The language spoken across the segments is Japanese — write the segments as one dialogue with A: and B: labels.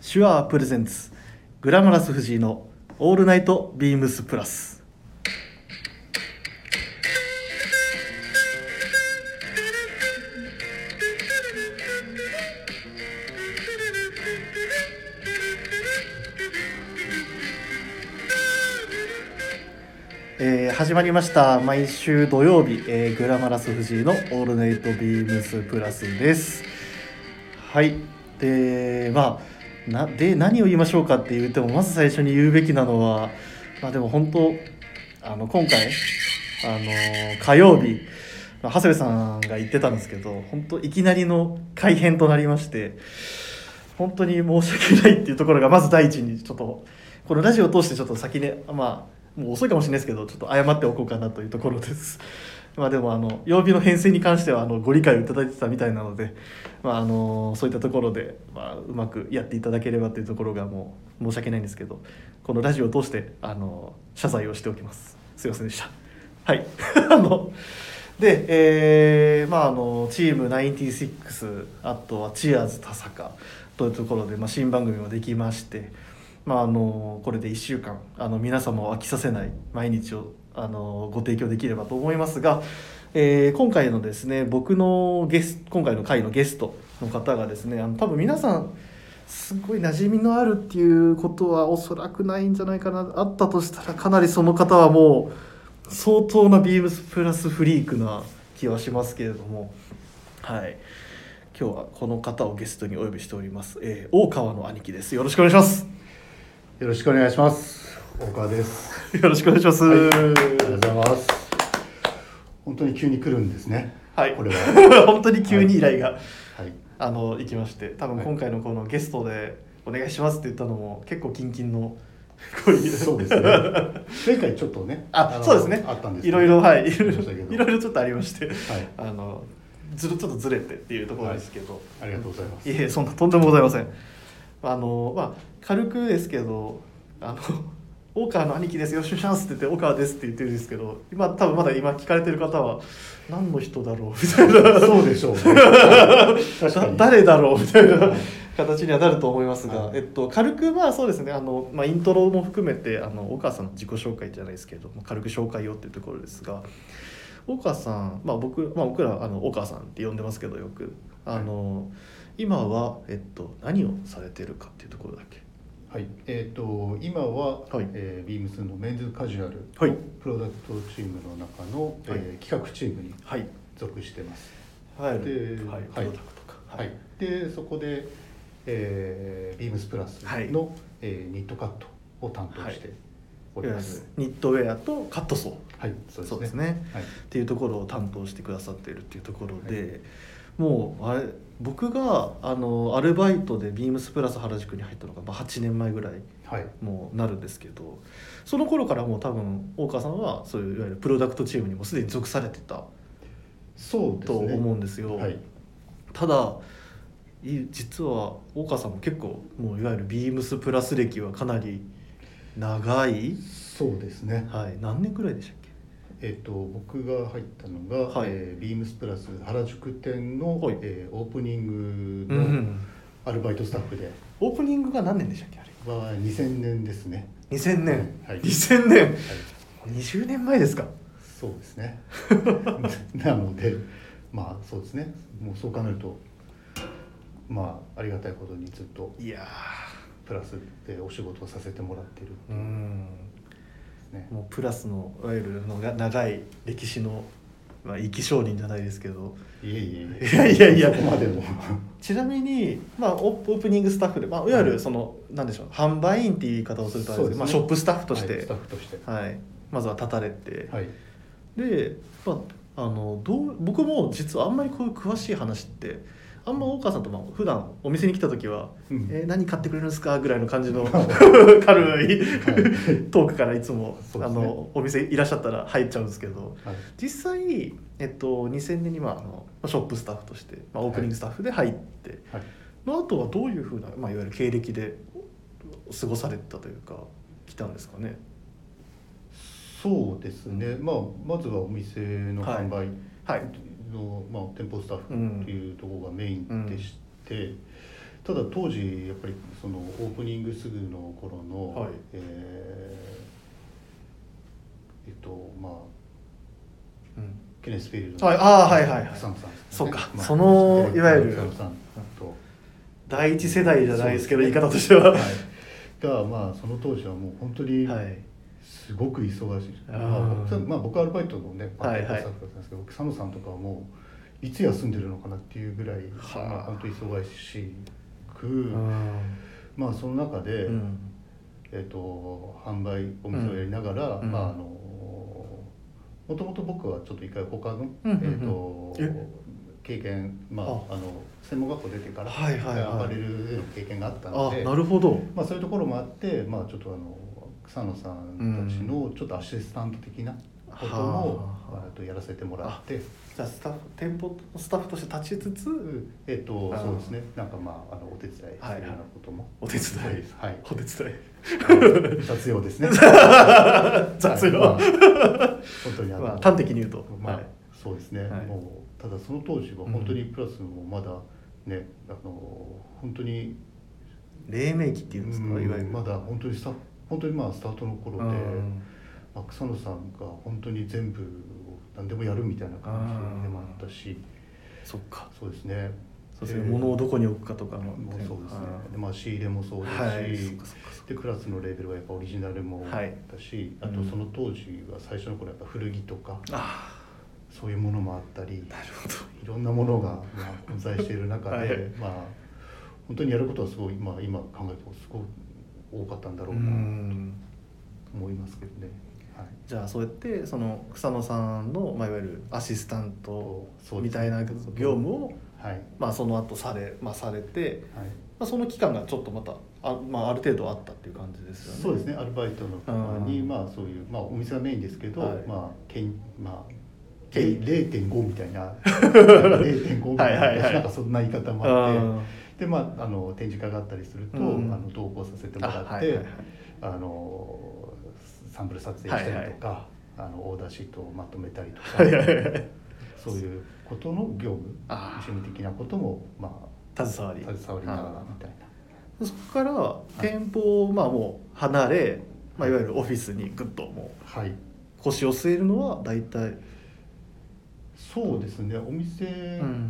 A: 手話プレゼンツグラマラス藤井のオールナイトビームスプラスえー始まりました毎週土曜日、えーグラマラス藤井のオールナイトビームスプラスですはいでまあなで何を言いましょうかって言ってもまず最初に言うべきなのはまあでも本当あの今回あの火曜日まあ長谷部さんが言ってたんですけど本当いきなりの改編となりまして本当に申し訳ないっていうところがまず第一にちょっとこのラジオを通してちょっと先ねまあもう遅いかもしれないですけどちょっと謝っておこうかなというところです。まあでもあの曜日の編成に関してはあのご理解をいただいてたみたいなので、まあ、あのそういったところで、まあ、うまくやっていただければというところがもう申し訳ないんですけどこのラジオを通してあの謝罪をしておきますすいませんでしたはい あので、えーまあ、あのチーム96あとは「チアーズ田坂」というところで、まあ、新番組もできまして、まあ、あのこれで1週間あの皆様を飽きさせない毎日をあのご提供できればと思いますが、えー今回のですね僕のゲス今回の回のゲストの方がですねあの多分皆さんすごい馴染みのあるっていうことはおそらくないんじゃないかなあったとしたらかなりその方はもう相当なビームスプラスフリークな気はしますけれどもはい今日はこの方をゲストにお呼びしております、えー大川の兄貴ですよろしくお願いします
B: よろしくお願いします。大川です。
A: よろしくお願いします。
B: はい、ありがとうございます。本当に急に来るんですね。
A: はい
B: これ は。
A: 本当に急に依頼が、
B: はい。
A: あの行きまして、多分
B: はい
A: 今回のこのゲストでお願いしますって言ったのも結構キンキンのこういう
B: そうですね。前回ちょっとね。
A: あ、
B: の
A: そうですね。
B: あったんですけ
A: い
B: ど。
A: ろいろはい、いろい
B: 申
A: ろ
B: し訳ない
A: いろいろちょっとありまして、
B: はい
A: あのずるちょっとずれてっていうところですけど、
B: ありがとうございます。
A: いえそんなとんでもございませんあのまあ軽くですけどあの 「大川の兄貴ですよろしくお願いします」って言って「大川です」って言ってるんですけど今多分まだ今聞かれてる方は何の人だろうみたいな
B: そうでし ょう、ね。確か
A: だ
B: に。
A: 誰だろうみたいな
B: はい
A: 形にはなると思いますが、
B: はい
A: えっと、軽くまあそうですねあの、まあ、イントロも含めてあの岡さんの自己紹介じゃないですけどまあ軽く紹介をっていうところですが岡さん、まあ、僕、まあ、僕らあの岡さんって呼んでますけどよくあの、今は、えっと、何をされてるかっていうところだっけ
B: はい。えっ、と今は、
A: はい
B: えービームスのメンズカジュアルの
A: はい
B: プロダクトチームの中の、えー企画チームに
A: はい
B: 属してます。
A: はい
B: で
A: はいプ
B: はい
A: ロダクトか
B: はい、でそこで、えー、ビームスプラスの、
A: はい
B: えーニットカットを担当してお
A: い
B: り
A: わゆ
B: ま
A: る
B: す。
A: ニットウェアとカットソー
B: はい、そうです
A: そう
B: ね。
A: ですね
B: はい、
A: っていうところを担当してくださっているっていうところで、もうあれ僕があのアルバイトでビームスプラス原宿に入ったのがまあ8年前ぐらい
B: はい、
A: もうなるんですけどその頃からもう多分大川さんはそういういわゆるプロダクトチームにもすでに属されてた
B: そうですね。
A: と思うんですよ。
B: はい、
A: ただい実は大川さんも結構もういわゆるビームスプラス歴はかなり長い、
B: そうですね。
A: はい、何年ぐらいでしたっけ
B: えっ、と僕が入ったのが、
A: はい
B: えービームスプラス原宿店の、
A: はい
B: えーオープニング
A: う
B: の
A: ん
B: アルバイトスタッフで
A: オープニングが何年でしたっけあれ
B: は2000年ですね。
A: 2000年、
B: はい
A: 2000年
B: はい、
A: 20年前ですか
B: そうですね。 なので、まあそうですね。もうそう考えると、まあありがたいことにずっと
A: いや
B: プラスでお仕事をさせてもらってるん
A: ーうん
B: ですね。
A: もうプラスのいわゆるのが長い歴史の、まあ、生き証人じゃないですけど
B: いえいえ
A: いやいやいや
B: そこまでも
A: ちなみに、まあ、オープニングスタッフで、まあ、いわゆ
B: は
A: る
B: い
A: その、なんでしょう販売員っていう言い方をするとあれ
B: そう
A: で
B: ですすね
A: まあ、ショップスタッフとし
B: はい
A: て
B: スタッ、フとして。
A: はいまずは立たれて、
B: はい。
A: で、まあ、あのどう僕も実はあんまりこういう詳しい話ってあんま大川さんとまあ普段お店に来た時は「
B: うん
A: えー何買ってくれるんですか?」ぐらいの感じの 軽い、 トークからいつも、
B: そう
A: あ
B: ですね
A: のお店いらっしゃったら入っちゃうんですけど
B: はい。
A: 実際、えっと、2000年にはあのまあショップスタッフとして、まあ、オープニングスタッフで入って、
B: はい。
A: の後はどういうふうな、まあ、いわゆる経歴で過ごされてたというか来たんですかね。
B: そうですね。まあまずはお店の販売
A: はい
B: の、まあ店舗スタッフっていうところがメインでして、ただ当時やっぱりそのオープニングすぐの頃の、
A: はい
B: えーえっとまあ
A: うん
B: ケネス・フィールド
A: はいあーはいはいはい
B: サムさんですね
A: そうか
B: まあ
A: そのいわゆる
B: サムさんと
A: 第一世代じゃないですけど
B: そ
A: 言
B: う
A: い
B: ですね
A: 方としては
B: はいがまあその当時はもう本当に
A: はい
B: すごく忙しい、
A: あー
B: まあ僕さまあ、僕アルバイトのねパート
A: は
B: タ
A: い
B: イ
A: は
B: ム
A: い
B: だったんですけど、僕サムさんとかはもういつ休んでるのかなっていうぐらい、
A: はあ
B: まあ、本当忙しく、
A: うん
B: まあその中で、
A: うん
B: えっと販売お店をやりながら、
A: うん
B: まああのもともと僕はちょっと一回他の、
A: うんうんうん
B: えっと
A: え
B: 経験まあ
A: あ
B: あの専門学校出てから、
A: はいはいはい
B: アパレルでの経験があったの
A: あ
B: で
A: なるほど
B: まあ、そういうところもあって、まあ、ちょっとあの草野さんたちのちょっとアシスタント的なことも、
A: はあ
B: えっとやらせてもらって、
A: じゃあスタッフ店舗のスタッフとして立ちつつ
B: えっと
A: あー
B: そうですねなんかまああのお手伝いするよう
A: はいはい
B: なことも、
A: お手伝
B: はい
A: い
B: はい
A: お手伝い
B: 雑用ですね
A: 雑用
B: はいまあ本当にあの、
A: まあ端的に言うと
B: まあ
A: はい
B: そうですね、
A: はい
B: もうただその当時は本当にプラスもまだね、あの本当に
A: 黎明期っていうんですかいわゆる
B: うんまだ本当にスタ本当にまあスタートの頃で、
A: うん
B: まあ、草野さんが本当に全部を何でもやるみたいな感じでもあったし
A: そっか
B: そうですね
A: そうです
B: で
A: ね物をどこに置くかとかも
B: もうそうですね
A: あー
B: で、まあ、仕入れもそうですし、
A: はいそっかそっかそっか
B: でクラスのレーベルはやっぱオリジナルも
A: はい
B: だし、
A: うん
B: あとその当時は最初の頃やっぱ古着とか
A: あ
B: そういうものもあったり
A: あなるほど
B: いろんなものがまあ混在している中で、
A: はい
B: まあ本当にやることはすごい、まあ、今考えてもすごい多かったんだろう
A: う
B: なんと思いますけどね。はい
A: じゃあそうやってその草野さんの、まあ、いわゆるアシスタント
B: そう
A: み
B: です
A: たいな業務を、
B: はい
A: まあ、その後され、まあ、されて、
B: はい
A: まあ、その期間がちょっとまたあ,、まあ、ある程度あったっていう感じですよね。
B: そうですねアルバイトの方に
A: うん
B: まあそういう、まあ、お店はメインですけど、
A: はい
B: まあけんまあけ
A: けん
B: 0.5みたいな0.5みたいな
A: はいはいはい
B: なんかそんな言い方もあって
A: あ
B: でまああの展示会があったりすると、
A: うん
B: あの同行させても
A: あ
B: らっ
A: はいは
B: て
A: い
B: あ、
A: はい
B: のサンプル撮影したりとか、あのオーダーシートをまとめたりと
A: は
B: か、
A: いはいはい
B: そういうことの業務
A: あー
B: 趣味的なこともま
A: 携わり
B: あ携わりながらみたいな。
A: そこから店舗をまあもう離れ、まあ、いわゆるオフィスにグッとも
B: はい、
A: う腰を据えるのは大体
B: そうですねお店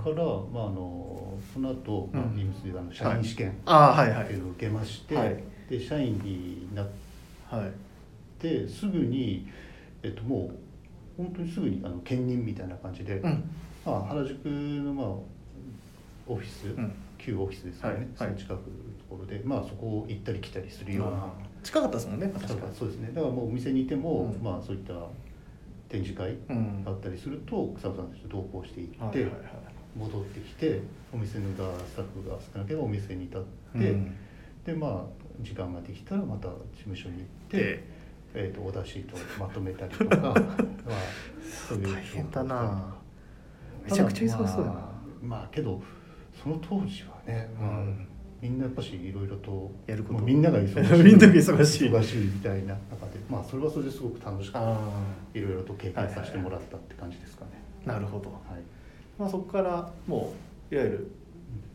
B: から、まあ、あのその後、まあ
A: うん
B: ビームスであの社員試験っ
A: ああはいは
B: て
A: い
B: いうのを受けまして、
A: はい
B: で社員になっ
A: はい
B: てすぐに、えっと、もう本当にすぐにあの兼任みたいな感じで、
A: うん
B: まあ、原宿の、まあ、オフィス、
A: うん
B: 旧オフィスですよね、
A: はい
B: その近くのところで、まあ、そこを行ったり来たりするよう
A: あ
B: な
A: ー近かったですもんね確か
B: そうかそうですねだからもうお店にいても、
A: うん
B: まあ、そういった展示会
A: にうん
B: があったりすると草野さんたちと同行していって。
A: はいはいはい
B: 戻ってきてお店のがスタッフが少なければお店に立って、
A: うん
B: でまあ時間ができたらまた事務所に行って、
A: で
B: えー、とオーダーシートをまとめたり とか、まあ、そういう
A: 大変だな
B: た
A: め
B: だ
A: ちゃくちゃ忙しそうだな、
B: まあ、まあけどその当時はね、まあ
A: うん
B: みんなやっぱしいろいろと
A: やること
B: もうみんなが忙し い
A: みんなが忙しい
B: 忙しいみたいな中でまあそれはそれですごく楽しく
A: あ
B: いろいろと経験させてもらったって感じですかね。
A: あなるほど、
B: はい
A: まあ、そこからもういわゆる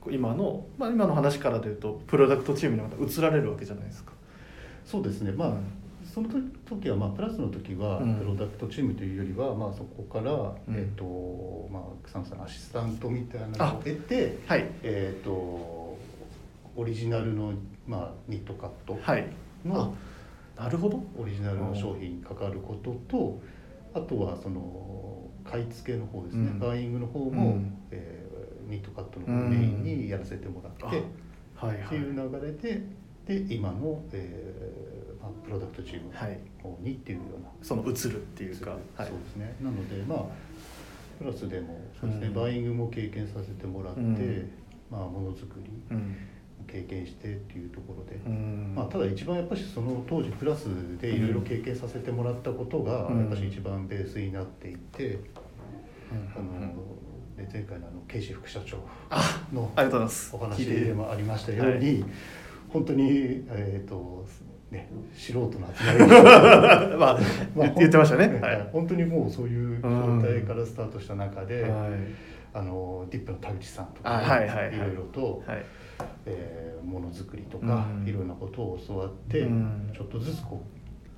A: こう今の、まあ、今の話からというとプロダクトチームにまた移られるわけじゃないですか
B: そうですね、まあ
A: うん
B: その時は、まあ、プラスの時は
A: うん
B: プロダクトチームというよりは、まあ、そこから、
A: ん
B: えっとまあ、草野さんのアシスタントみたいなのを得て、
A: はい
B: えっとオリジナルの、まあ、ニットカット
A: はい
B: の
A: あなるほど
B: オリジナルの商品に関わることとあとはその買い付けの方ですね、
A: うん
B: バーイングの方
A: う
B: も、
A: ん
B: えーニットカットの方をメインにやらせてもらって。
A: あはい
B: っ
A: は
B: て
A: い
B: いう流れでで今の、えーまあ、プロダクトチームの
A: はい
B: 方にっていうような、
A: その移るっていうか
B: そう
A: はい
B: ですねなのでまあプラスでもそうですね、
A: うん
B: バイングも経験させてもらって、
A: うん
B: まあものづくり
A: うん
B: 経験してっていうところで、
A: うん
B: まあ、ただ一番やっぱりその当時プラスでいろいろ経験させてもらったことが、
A: うん
B: やっぱり一番ベースになっていて、
A: うん
B: あの
A: うん
B: で前回のあのケイシ副社長
A: あ
B: の
A: ありがとうございます
B: お話でもありましたように、本当に、えーとね、素人の集まりで
A: まあ言って言ってま したね
B: 本当
A: は
B: に本当にもうそういう
A: うん
B: 状態からスタートした中で、
A: いはい
B: あのディップの田口さんとか、
A: あはいはいはい
B: ろいろと、
A: はい
B: えーものづくりとか、
A: うん
B: いろんなことを教わって、
A: うん
B: ちょっとずつこ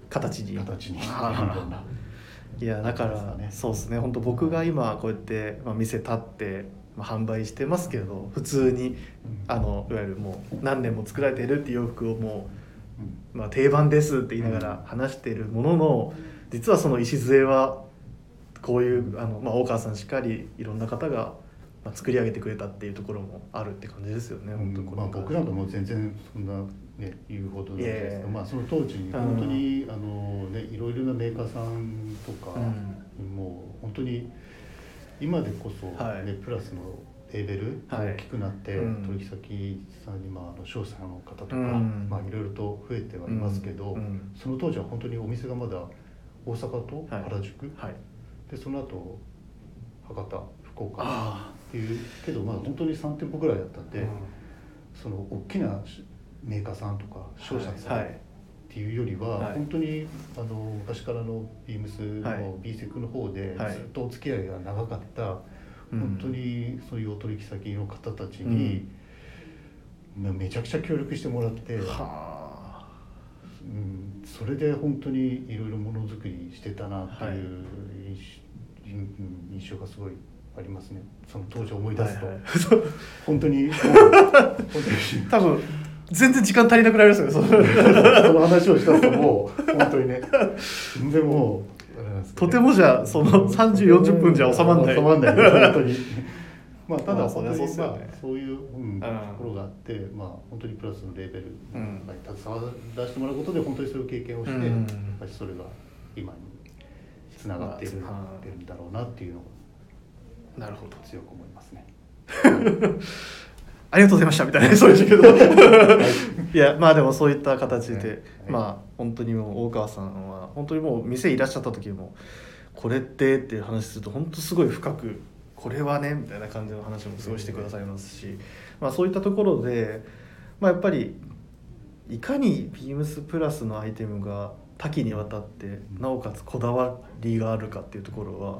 A: 形
B: う
A: に
B: 形にしてい
A: あー
B: ろんない
A: やだから、
B: ね
A: そうですね本当僕が今こうやって、まあ、店立って、まあ、販売してますけど普通にあのいわゆるもう何年も作られてるっていう洋服をも
B: うん
A: う、まあ、定番ですって言いながら話してるものの実はその礎はこういうあの、まあ、大川さんしかりいろんな方が、まあ、作り上げてくれたっていうところもあるって感じですよね、
B: うん
A: 本当
B: まあ、僕なん
A: の
B: かもう全然そんな、ね、言うほどなんですけ
A: いやい
B: ど、
A: や
B: まあ、その当時に本当に、あのね、いろいろなメーカーさんとか、もう本当に今でこそ、ね
A: はい
B: プラスのレーベル
A: はい
B: 大きくなって、
A: うん
B: 取引先さんに、まあ、あの商社の方とか、
A: うん
B: まあ、いろいろと増えてはいますけど、
A: うんうん
B: その当時は本当にお店がまだ大阪と
A: はい
B: 原宿、
A: はい
B: でその後博多福岡
A: あ
B: っていうけどまあ本当に3店舗ぐらいだったん
A: あ
B: で、その大きなしメーカーさんとか商社さん、
A: はいはい
B: っていうよりは、
A: はい
B: 本当にあの昔からのビームス
A: はい
B: の B セクの方で、
A: はい
B: ずっとお付き合いが長かった、
A: うん
B: 本当にそういうお取引先の方たちに、まあめちゃくちゃ協力してもらって、
A: はあ
B: うん、それで本当にいろいろものづくりしてたなっていう
A: はい
B: 印,、印象がすごいありますねその当時思い出すと、
A: はいはいそう
B: 本当 にもう本当に
A: 多分全然時間足りなくなりますよねその
B: その話をした後もう本当にね全然もうあれなんですけ
A: と
B: どね
A: てもじゃその3040分じゃ収まんない
B: 収まんない本当にまあた
A: まあ
B: だ
A: そ
B: 本
A: りゃ
B: 当
A: そうっ
B: に
A: す
B: ま
A: よ
B: あ
A: ね
B: そういううん
A: ん
B: ところがあってまあ本当にプラスのレーベル
A: うん
B: に携わらせてもらうことで本当にそういう経験をして
A: う
B: や
A: ん
B: っぱりそれが今につながっている
A: まあ
B: ってるんだろうなっていうの
A: なるほど
B: を強く思いますね。
A: ありがとうございましたみたいな そうですけど いやまあでもそういった形で、
B: はい
A: まあ本当にもう大川さんは本当にもう店いらっしゃった時もこれってっていう話すると本当すごい深くこれはねみたいな感じの話もすごいしてくださいますし、まあ、そういったところで、まあ、やっぱりいかにビームスプラスのアイテムが多岐にわたってなおかつこだわりがあるかっていうところは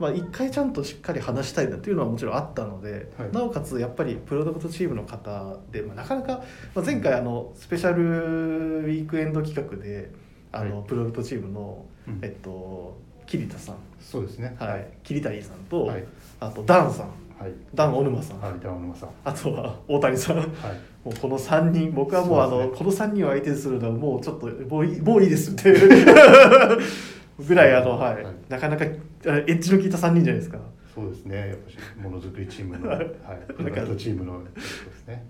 A: まあ、一回ちゃんとしっかり話したいなっていうのはもちろんあったので、
B: はい
A: なおかつやっぱりプロダクトチームの方で、まあ、なかなか、まあ、前回あのスペシャルウィークエンド企画であの、
B: はい
A: プロダクトチームの、
B: うん
A: えっと、桐田さん、
B: そうですね。
A: はい桐谷さんと、
B: はい
A: あとダンさん
B: はい
A: ダン小沼さん、
B: はい田沼さん。
A: あとは大谷さん
B: はい。
A: もうこの3人僕はもうあ
B: そ
A: の
B: うですね
A: この3人を相手にするのはもうちょっともういいもういいですっていう ぐらいあの、はい
B: はい
A: なかなかあエッジの効いた3人じゃないですか。
B: そうですね。やっぱしものづくりチー ムの、はい、プロダクトチームのそうですね。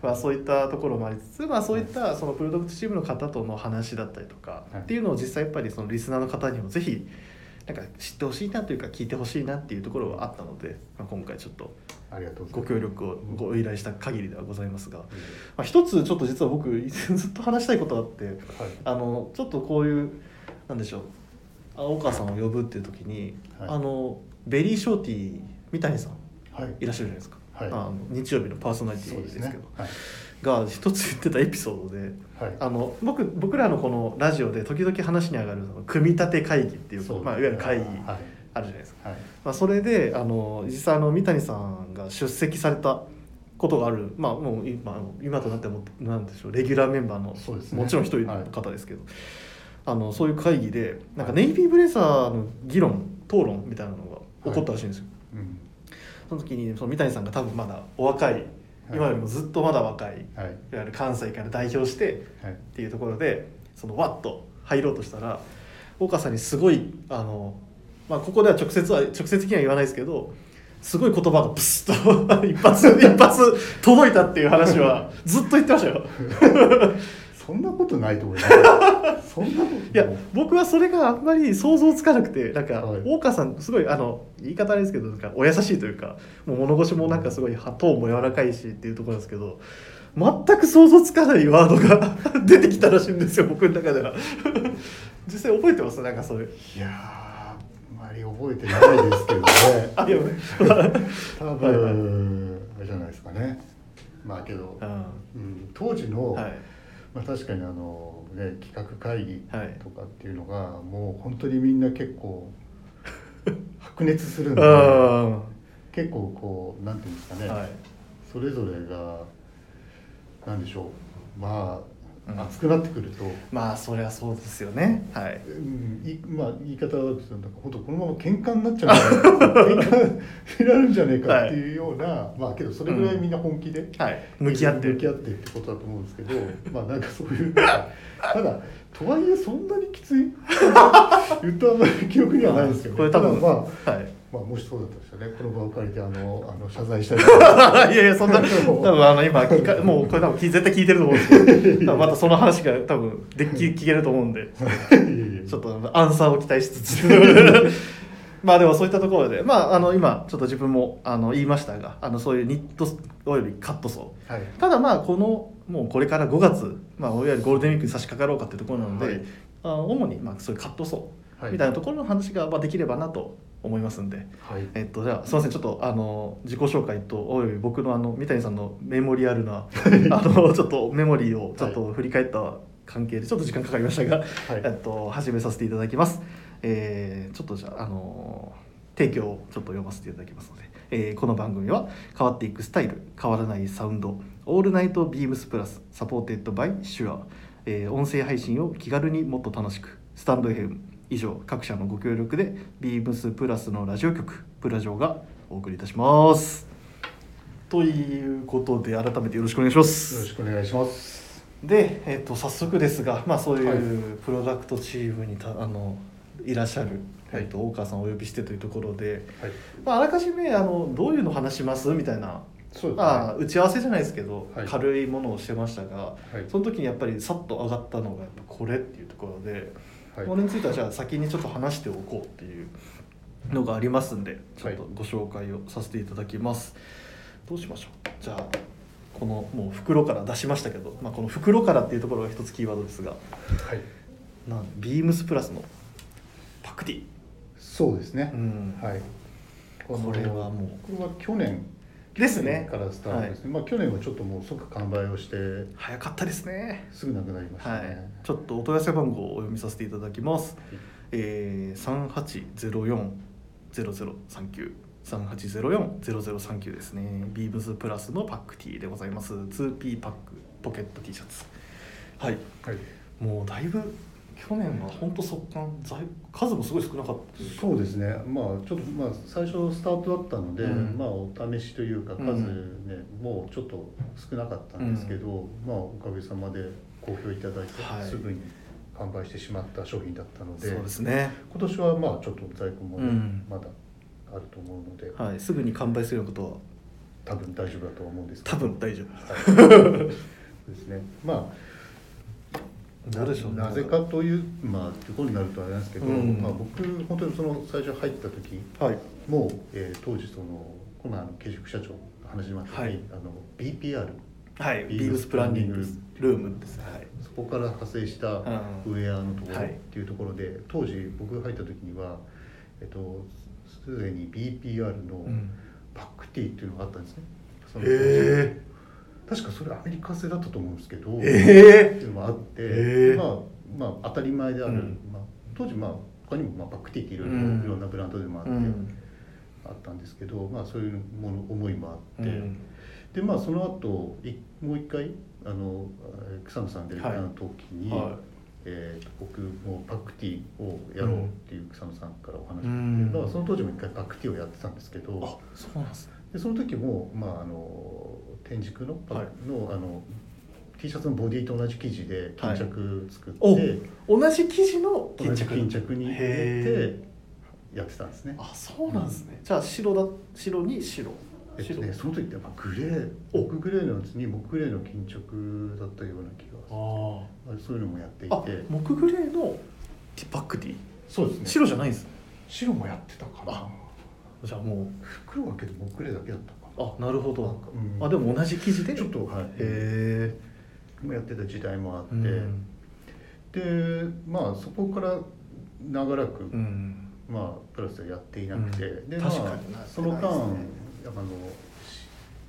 A: まあ、そういったところもありつつ、まあ、そういったそのプロダクトチームの方との話だったりとか、
B: はい
A: っていうのを実際やっぱりそのリスナーの方にもぜひなんか知ってほしいなというか聞いてほしいなっていうところはあったので、まあ、今回ちょっと
B: ありがとうござい
A: ご
B: ます。
A: 協力をご依頼した限りではございますが、まあ、一つちょっと実は僕 ずっと話したいことがあって
B: はい。
A: あのちょっとこういうなんでしょうあ大川さんを呼ぶっていう時に、
B: はい
A: あのベリーショーティー三谷さん
B: はい。
A: いらっしゃるじゃないですか、
B: はい
A: あの日曜日のパーソナリテ
B: そ
A: ィ
B: う
A: で
B: ですす
A: けど
B: ね。はい。
A: が一つ言ってたエピソードで
B: はい。
A: あの僕僕らのこのラジオで時々話に上がるその組み立て会議っていう
B: そうですね
A: まあ、いわゆる会議
B: はい。
A: あるじゃないですか、
B: はい。
A: まあ、それであの実際あの三谷さんが出席されたことがある、まあ、もう今あの今となってもなんでしょうレギュラーメンバーの
B: そうですね
A: もちろん一人
B: は
A: の
B: い
A: 方ですけど、あのそういう会議でなんかネイビーブレザーの議論討論みたいなのが起こったらしいんですよ。
B: うん。
A: その時にその三谷さんが多分まだお若い今よりもずっとまだ若い
B: は
A: い
B: い。
A: わゆる関西から代表して
B: はい。
A: っていうところでそのワッと入ろうとしたら岡さんにすごいあの、まあ、ここでは直接は直接的には言わないですけどすごい言葉がブスッと 一発一発届いたっていう話はずっと言ってましたよ。
B: そんなことないと思 います。そんなこと。
A: いや僕はそれがあんまり想像つかなくてなんか
B: はい
A: 大川さんすごいあの言い方あれですけどなんかお優しいというかもう物腰もなんかすごいはトーンも柔らかいしっていうところなんですけど全く想像つかないワードが 出てきたらしいんですよ僕の中では 実際覚えてますなんかそれ
B: いやーあんまり覚えてないで すけどね。
A: あいや、はい
B: 多
A: は
B: 分あれじゃないですかね。まあけど、うん、当時の、
A: うん、はい
B: まあ確かにあのね企画会議
A: はい
B: とかっていうのがもう本当にみんな結構白熱するんで
A: あ
B: 結構こうなんていうんですかね、
A: ーはい
B: それぞれがなんでしょうまあ、
A: うん
B: 暑くなってくると、
A: まあそりゃそうですよねはい
B: うんいまあ、言い方はなんか本当このまま喧嘩になっちゃうんじゃないか喧嘩になるんじゃねえかっていうような、まあけどそれぐらいみんな本気で、
A: はい向き合って
B: 向き合ってってことだと思うんですけど まあなんかそういうただとはいえそんなにきつい 言ったあんまり記憶にはないんですけど、
A: これ多分
B: ただまあ
A: はい
B: まあ、もしそうだったらしたねこの場を借りてあのあの謝 罪したりとか
A: いやいやそんな多分あの今聞かもうこれ多分絶対聞いてると思うんですけど多分またその話が多分デッキ聞けると思うんで
B: いやいやいや
A: ちょっとアンサーを期待しつつ まあでもそういったところで、まあ、あの今ちょっと自分もあの言いましたがあのそういうニットおよびカットソ
B: はい
A: ーただまあこのもうこれから5月、まあ、いわゆるゴールデンウィークに差し掛かろうかっていうところなので、
B: はい
A: あの主にまあそういうカットソ
B: は
A: ー
B: い
A: みたいなところの話がまあできればなと思いますんで、
B: はい
A: えっと、じゃあすみませんちょっとあの自己紹介とおよび僕のあの三谷さんのメモリアル なあのちょっとメモリーをちょっと振り返った関係でちょっと時間かかりましたが、えっと、始めさせていただきます、えーちょっとじゃあ、あの提供をちょっと読ませていただきますので、えーこの番組は変わっていくスタイル変わらないサウンド「オールナイトビームスプラス」サポーテッドバイシュア、えー音声配信を気軽にもっと楽しくスタンド FM 以上各社のご協力でビームスプラスのラジオ局プラジオがお送りいたしますということで改めてよろしくお願いします
B: よろしくお願いします
A: で、えっと早速ですが、まあ、そうい
B: は
A: うプロダクトチームにたあのいらっしゃる、
B: はい
A: えっと大川さんをお呼びしてというところで、
B: はい
A: まあ、あらかじめあのどういうの話しますみたいな、
B: そうですね
A: まあ、打ち合わせじゃないですけど、
B: はい
A: 軽いものをしてましたが
B: はい
A: その時にやっぱりさっと上がったのがやっぱこれっていうところで、
B: はい
A: これについてはじゃあ先にちょっと話しておこうっていうのがありますんでちょっとご紹介をさせていただきます、どうしましょうじゃあこのもう袋から出しましたけど、まあ、この袋からっていうところが一つキーワードですが
B: はい
A: なんビームスプラスのパクティ
B: そうですね、
A: うん
B: はい
A: これはもう
B: これは去年
A: ですね
B: からスタートですね、まあ去年はちょっともう即完売をして
A: 早かったですね
B: すぐなくなりました
A: は
B: ね、
A: い、ちょっとお問い合わせ番号をお読みさせていただきます、えー、3804-0039 3804-0039ですねビームスプラスのパック T でございます 2P パックポケット T シャツはい
B: はい
A: もうだいぶ去年は本当速乾在数もすごい少なかったです
B: そうですね、まあ、ちょっと、まあ、最初スタートだったので、
A: うん
B: まあ、お試しというか、数ね、もうちょっと少なかったんですけど。まあ、おかげさまで、好評いただいて、
A: はい
B: すぐに完売してしまった商品だったので。
A: そうですね
B: 今年は、まあ、ちょっと在庫もね、
A: うん
B: まだあると思うので、
A: はいすぐに完売するようなことは
B: 多分大丈夫だとは思うんですけど。
A: 多分大丈
B: はい。 ですね、まあ。
A: 夫なるでしょうね
B: なぜかという、まあ、ということになるとあれなんですけど、
A: うん
B: まあ、僕、本当にその最初入った時。
A: はい
B: もう、えー当時そのこのあの慶塾社長の話もあったように、
A: はい
B: あの BPR
A: はい
B: ビ
A: ビ
B: ー
A: ー
B: ム
A: ム
B: ス
A: ス
B: プ
A: プ
B: ラ
A: ラ
B: ン
A: ン
B: ニ
A: ニ
B: ン
A: ング
B: グ
A: ルームですはい
B: そこから派生したウ
A: うん
B: ェアのところ
A: はい
B: っていうところで、当時僕が入った時にはえっとすでに BPR の
A: うん
B: パックティーっていうのがあったんですね、その
A: え
B: 確かそれアメリカ製だったと思うんですけど、
A: ええ
B: っていうのがあって、
A: へえ
B: まあまあ当たり前である、
A: うん
B: まあ、当時まあ他にもまあパックティーっていろいろ、
A: うん
B: いろんなブランドでもあっ
A: う
B: て、
A: ん
B: あったんですけど、まあ、そういうもの思いもあ
A: う
B: って、
A: ん
B: でまあその後いもう一回あのえー草野さんで
A: はい
B: の時に、
A: は
B: えーと僕もパックティーをやろうっていう草野さんからお話を聞いて、
A: うん
B: だからその当時も一回パックティーをやってたんですけ
A: あ
B: ど
A: そうなんですね
B: でその時も、まあ、あの天竺のパックの,、あの T シャツのボディと同じ生地で巾着作って、
A: お同じ生地の
B: 同
A: 巾
B: じ
A: 着
B: 巾着に入れ
A: へ
B: てやってたんですね。
A: あそうなんですね、じゃあ白だ白に白
B: えっとね、
A: 白
B: その時ってやっぱグレー
A: お
B: 僕グレーのやつに僕グレーの巾着だったような気が
A: あ
B: まあそういうのもやってい
A: ーあ
B: て
A: 木グレーのティパックティー
B: そうですね白
A: 白じゃないんですね
B: 白もやってたかな
A: あじゃあも
B: 黒はけど僕グレーだけだったか
A: うあなるほ
B: なな
A: ど
B: んか、うん
A: あでも同じ生地で
B: ちょっとはい
A: へ
B: もやってた時代もあっ
A: え
B: て、
A: うん
B: でまあそこから長らく、
A: うん
B: まあプラスはやっていなくて、
A: うん
B: で、まあ
A: 確かにな
B: その間、
A: ないで
B: あの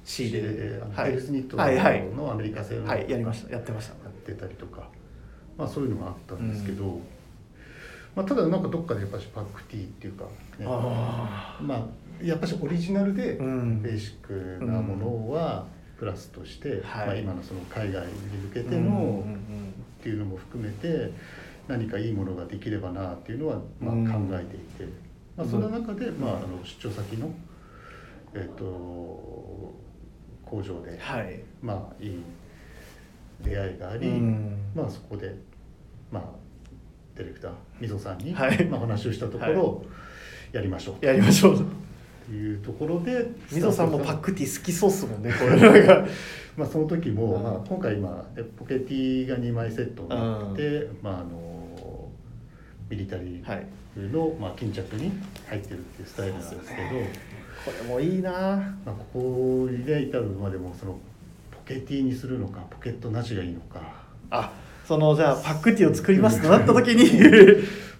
A: C で、
B: であの
A: は
B: ヘ
A: い
B: ルスニット
A: はいはい
B: のアメリカ製の、
A: はいやりましたやってました
B: やってたりとか、まあ、そういうのがあったんですけど、まあ、ただなんかどっかでやっぱしパックティーっていうか、ね
A: あ
B: まあ、やっぱしオリジナルで
A: うん
B: ベーシックなものは、プラスとして、
A: はい
B: まあ、今のその海外に向けて
A: うん
B: の
A: うんうん
B: っていうのも含めて何かいいものができればなっていうのはまあ
A: うん
B: 考えていて、まあ、その中で、まあ、あの出張先の、えっと工場で、
A: はい
B: まあ、いい出会いがあり、
A: うん
B: まあ、そこで、まあ、ディレクター溝さんに、
A: はい
B: まあ、話をしたところ、やりましょう
A: やりましょう
B: というところで
A: みぞさんもパックティー好きそうっすもん ねこれが
B: まあ、その時も、
A: うん
B: まあ、今回今ねポケティが2枚セットになってて、まあ、あのミリタリ
A: はい
B: ーの、まあ、巾着に入ってるっていうスタイルなんですけど、
A: これもいいな
B: まあ、ここにね至るまでもそのポケティにするのかポケットなしがいいのか
A: あそのじゃあパックティーを作りますとなった時 に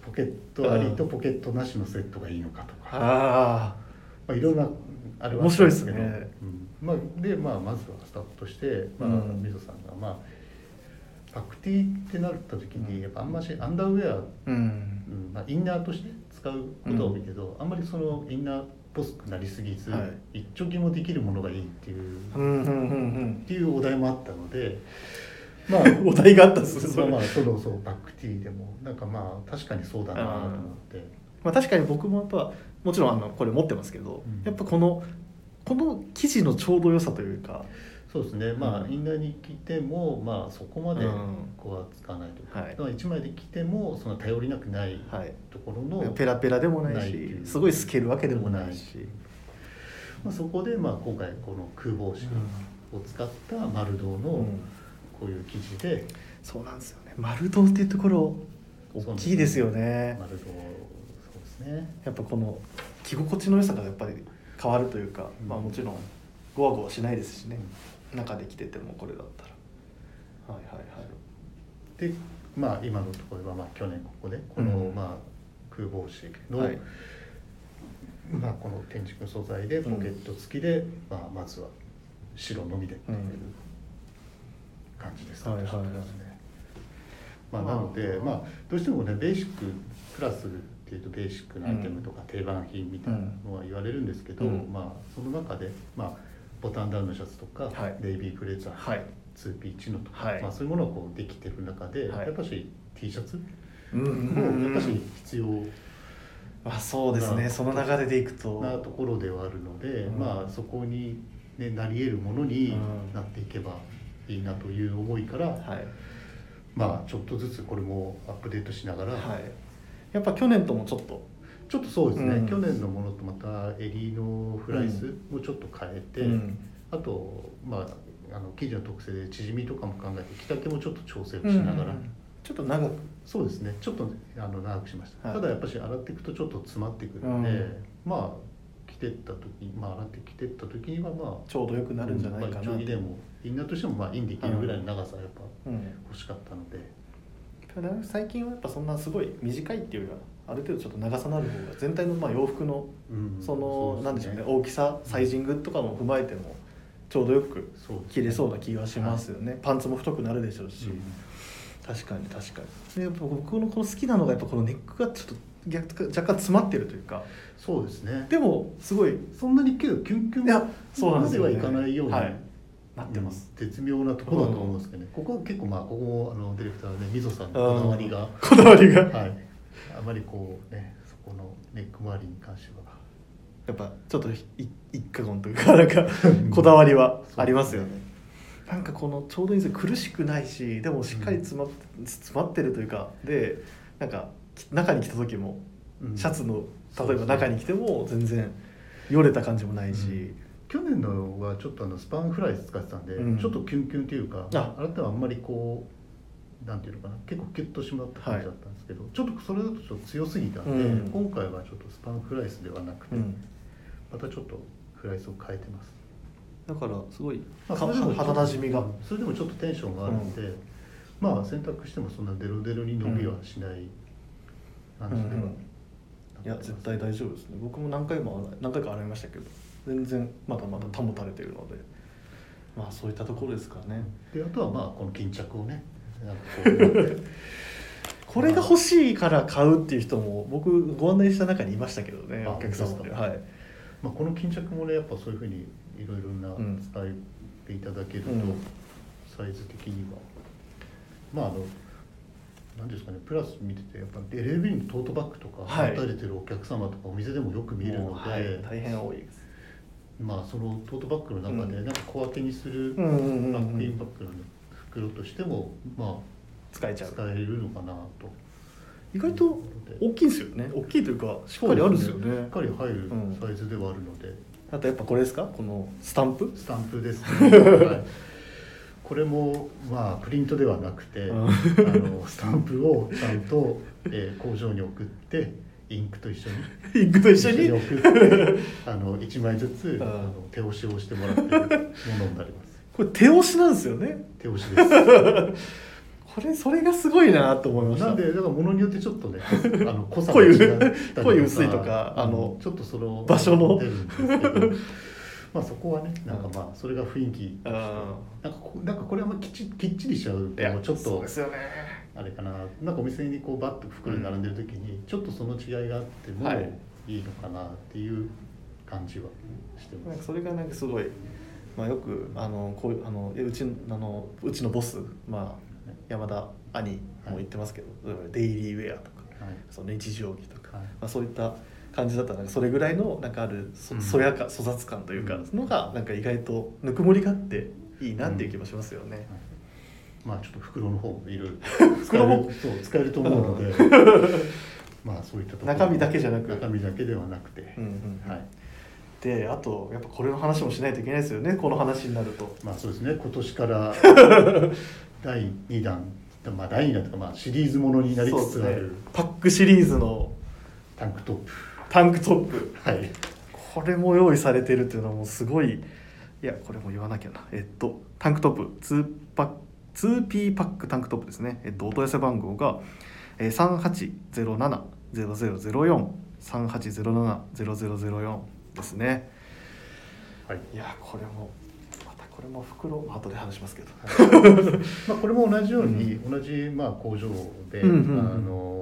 B: ポケットありとポケットなしのセットがいいのかとか、
A: ああ
B: まあ、いろんなあれは
A: 面白いですね
B: あるんですけどうんまあ、で、まあ、まずはスタートとして、まあ
A: うん
B: みぞさんがまあパクティーってなった時にやっぱあんましアンダーウェア
A: うん
B: うんまあ、インナーとして使うことは多いけど、あんまりそのインナーっぽくなりすぎず、
A: は
B: 一丁気もできるものがいいっていう、
A: う
B: っ
A: んうんうん
B: ていうお題もあった のでまあ
A: うんお題があったっすねそ
B: まあ
A: れ
B: まあそろそろバックティーでもなんかまあ確かにそうだなと思って
A: まあ、確かに僕もやっぱもちろんあのこれ持ってますけど、
B: うん
A: やっぱこのこの生地のちょうど良さというか
B: そうですねまあ、
A: うん
B: インナーに着てもまあそこまで
A: うん
B: こうは使わないというか、
A: はい
B: だから一枚で着てもそんな頼りなくない
A: はい
B: ところの、
A: ペラペラでもないし
B: ないっていう
A: すごい透けるわけでもないし、
B: まあ、そこでまあ今回この空帽子を使った丸胴
A: う
B: の
A: ん
B: こういう生地で、
A: そうなんですよね丸胴っていうところ大きいですよね
B: 丸胴そうですね
A: やっぱこの着心地の良さがやっぱり変わるというか、
B: うん
A: まあもちろんゴワゴワしないですしね、中で着ててもこれだったらはいはいはい
B: でまあ今のところはまあ去年ここでこの、
A: うん
B: まあ空帽子の、
A: はい
B: まあこの天竺の素材でポケット付きで、まあまずは白のみでっていう感じですね。
A: はいはいはい
B: まあ、なので、まあ、どうしてもねベーシックプラスっていうとベーシックなアイテムとか定番品みたいなのは言われるんですけど、
A: うん
B: まあ、その中で、まあ、ボタンダウンのシャツとか、
A: はい
B: ネイビーブレザー、
A: はい
B: ツーピーチノとか、
A: はい
B: まあ、そういうものがこうできてる中で、
A: はい
B: やっぱし T シャツも
A: うん
B: やっぱし必要
A: まあそうです
B: な
A: ねその流れでいくと
B: なところではあるので、
A: うん
B: まあ、そこに、ね、なり得るものに
A: うん
B: なっていけばいいなという思いから、
A: はい
B: まあ、ちょっとずつこれもアップデートしながら、
A: はい、やっぱ去年ともちょっと
B: ちょっとそうですね、
A: うん
B: 去年のものとまた襟のフライスをちょっと変えて、
A: うん
B: あと、まあ、あの生地の特性で縮みとかも考えて着丈もちょっと調整をしながら、
A: うんちょっと長く
B: そうですねちょっとあの長くしました、
A: はい
B: ただやっぱし洗っていくとちょっと詰まってくるので、
A: うん
B: まあ着てった時、まあ、洗って着てった時にはまあ
A: ちょうどよくなるんじゃないかな
B: まあ、一応でもインナーとしてもまあインできるぐらいの長さはやっぱ
A: うん、
B: 欲しかったので、
A: ただ最近はやっぱそんなすごい短いっていうよりはある程度ちょっと長さのある方が全体のまあ洋服の
B: うん
A: そのなんでしょうね
B: そう
A: 大きさサイジングとかも踏まえてもちょうどよく
B: すそう
A: 着れそうな気がしますよね、パンツも太くなるでしょうし、
B: うん
A: 確かに確かにでやっぱ僕のこの好きなのがやっぱこのネックがちょっと逆若干詰まってるというか
B: そうですね
A: でもすごい
B: そんなにけどキュンキュン
A: いやそうなんですよ、ね、
B: まではいかないように
A: はい、なってます、
B: うん絶妙なところだと思うんですけどね、ここは結構まあここもあのディレクターでみぞさんのこだわりが、
A: うん こだわりが、
B: はい、あまりこうねそこのネック周りに関しては
A: やっぱちょっとひい一過言というかなんかこだわりはありますよね
B: そうで
A: なんかこのちょうどいいんですよ苦しくないしでもしっかり詰まっ,、詰まってるというかでなんかき中に着た時も
B: うん
A: シャツの
B: そう
A: 例えば中に着ても全然よれた感じもないし、
B: 去年のはちょっとあのスパンフライス使ってたんで、
A: うん
B: ちょっとキュンキュンというか
A: あ
B: あなたはあんまりこうなんていうのかな結構キュッとしまった感じだったんですけど、ちょっとそれだとちょっと強すぎたんで、
A: うん
B: 今回はちょっとスパンフライスではなくて、
A: うん
B: またちょっとフライスを変えてます
A: だからすごい、
B: まあ
A: か
B: それでも
A: 肌なじみが、
B: それでもちょっとテンションがあるんで、まあ洗濯してもそんなデロデロに伸びはしない感じでは
A: うんうんいや絶対大丈夫ですね僕も何回も洗い何回か洗いましたけど全然まだまだ保たれてるのでまあそういったところですからね
B: であとはまあこの巾着をねなんかこ う
A: これが欲しいから買うっていう人も僕ご案内した中にいましたけどね
B: あ
A: お客様で
B: そうですか
A: はい
B: まあこの巾着もねやっぱそういうふうにいろいろな
A: うん
B: 使いっていただけると、
A: うん
B: サイズ的にはまああの何ですかねプラス見ててやっぱ LAB のトートバッグとか
A: はい
B: 持たれてるお客様とかお店でもよく見るの
A: も
B: で、
A: うはい、大変多いです
B: まあそのトートバッグの中で
A: うん
B: なんか小分けにする
A: う
B: ラ
A: んうんうんうん
B: ックインバッグの袋としてもま
A: 使え
B: あ
A: ちゃ
B: 使
A: う
B: えるのかなと。
A: 意外と大きいんですよね大きいというかしっかりあるんですよね
B: しっかり入る
A: うん
B: サイズではあるので、
A: あとやっぱこれですかこのスタンプ
B: スタンプですね、はいこれもまあプリントではなくて、
A: うん
B: あのスタンプをちゃんと、えー工場に送ってインクと一緒に
A: インクと一緒に
B: 送ってあの1枚ずつ、
A: ん
B: あの手押しをしてもらってるものになります
A: これ手押しなんですよね
B: 手押しです
A: これそれがすごいなと思いました
B: なんでだからものによってちょっとねあの濃さ
A: 濃
B: が
A: い
B: 違ったりとか
A: 濃い薄いとかあの
B: ちょっとその
A: 場所の
B: 出るんですけどまあそこはねなんかまあそれが雰囲気
A: うん
B: なんかこなんかこれはきっちきっちりしちゃうともうちょっ
A: そう
B: と
A: ですよね
B: あれかななんかお店にこうバッと袋に並んでる時にちょっとその違いがあっても
A: はい
B: いいのかなっていう感じはしてま
A: なんか
B: す、
A: それがなんかすごい、まあ、よくあのこういうあのえうちのあのうちのボス、まあ、山田兄も言ってますけど、デイリーウェアとか
B: はい
A: その日常着とか、
B: はい
A: まあ、そういった感じだったらなんかそれぐらいのなんかあるそ
B: うん
A: そやか粗雑感というか、
B: うん
A: のがなんか意外とぬくもりがあっていいなっていう気もしますよね。
B: まあちょっと袋の方もいろい ろ
A: 袋も
B: 使えるそう使えると思うのでまあそういったところ
A: 中身だけじゃなく
B: 中身だけではなくて、
A: うんうんうん
B: はい
A: であとやっぱこれの話もしないといけないですよねこの話になると。
B: まあそうですね今年から 第2弾まあ第2弾とかまあシリーズものになりつ
A: そう
B: つあ
A: です
B: る
A: ね、パックシリーズの
B: タンクトップ
A: タンクトップ
B: はい
A: これも用意されてるっていうのはもうすごいいやこれも言わなきゃなえっとタンクトップ2パック 2P パックタンクトップですね、えっと、お問い合わせ番号がえー3807-0004 3807-0004ですね
B: はい
A: いやこれもまたこれも袋まあ後で話しますけど
B: まあ、これも同じように、同じまあ工場で、
A: うんうんうん
B: あの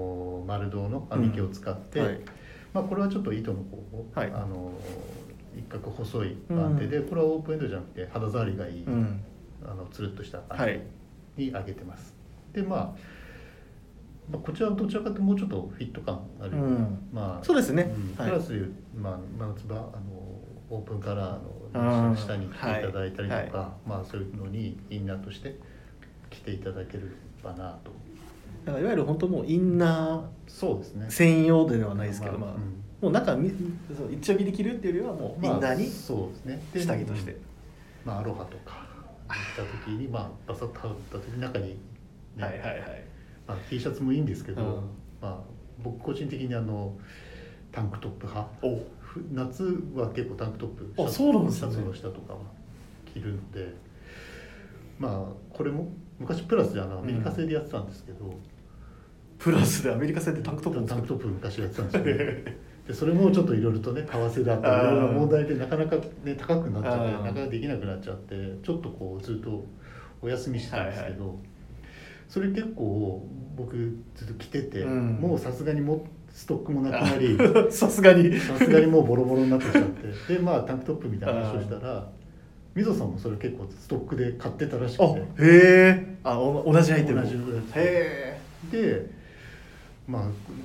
B: 丸銅の編み毛を使って、
A: はい
B: まあ、これはちょっと糸の方を、
A: はい
B: あの一角細い番手で、これはオープンエンドじゃなくて肌触りがいい、
A: うん
B: あのつるっとした
A: は
B: 感
A: い
B: じに上げてます。でまあ、まあ、こちらはどちらかというともうちょっとフィット感あ
A: う
B: る、
A: ん
B: まあ
A: そうですね
B: うんプ
A: はい
B: ラス、まあ、夏場あのオープンカラー
A: あー
B: の下に着ていただいたりとか、
A: はい
B: まあ、そういうのにインナーとして着ていただければなと
A: だからいわゆる本当もうインナ
B: そうですね
A: ー専用ではないですけど、
B: まあ
A: まあ
B: うん
A: もう中みそう一丁切り着るっていうよりはもうインナーに
B: そうですねで
A: 下着として、
B: まあ、アロハとか行った時に、まあ、バサッと羽織った時に中に、ね
A: はいはいはい
B: まあ、T シャツもいいんですけど、
A: うん
B: まあ、僕個人的にあのタンクトップ派
A: お
B: ふ夏は結構タンクトップ
A: あそうなんですね
B: シャツの下とかは着るのでまあこれも昔プラスであのアメリカ製でやってたんですけど、
A: プラスでアメリカ製でタンクトップも
B: タ
A: 作
B: ン
A: っ
B: ク
A: て
B: トップ昔やってたんです よねでそれもちょっといろいろとね為替だったりいろいろ問題でなかなかね高くなっちゃっ
A: あー
B: てなかなかできなくなっちゃってちょっとこうずっとお休みしてたんですけど、それ結構僕ずっと着てて、
A: うん
B: もうさすがにもストックもなくな り
A: さすがに
B: さすがにもうボロボロになってきちゃってでまあタンクトップみたいな話をしたらみぞさんもそれ結構ストックで買ってたらしく
A: あ
B: て
A: へえあお同じアイテムを
B: 同じぐらい
A: へ
B: で、まあ、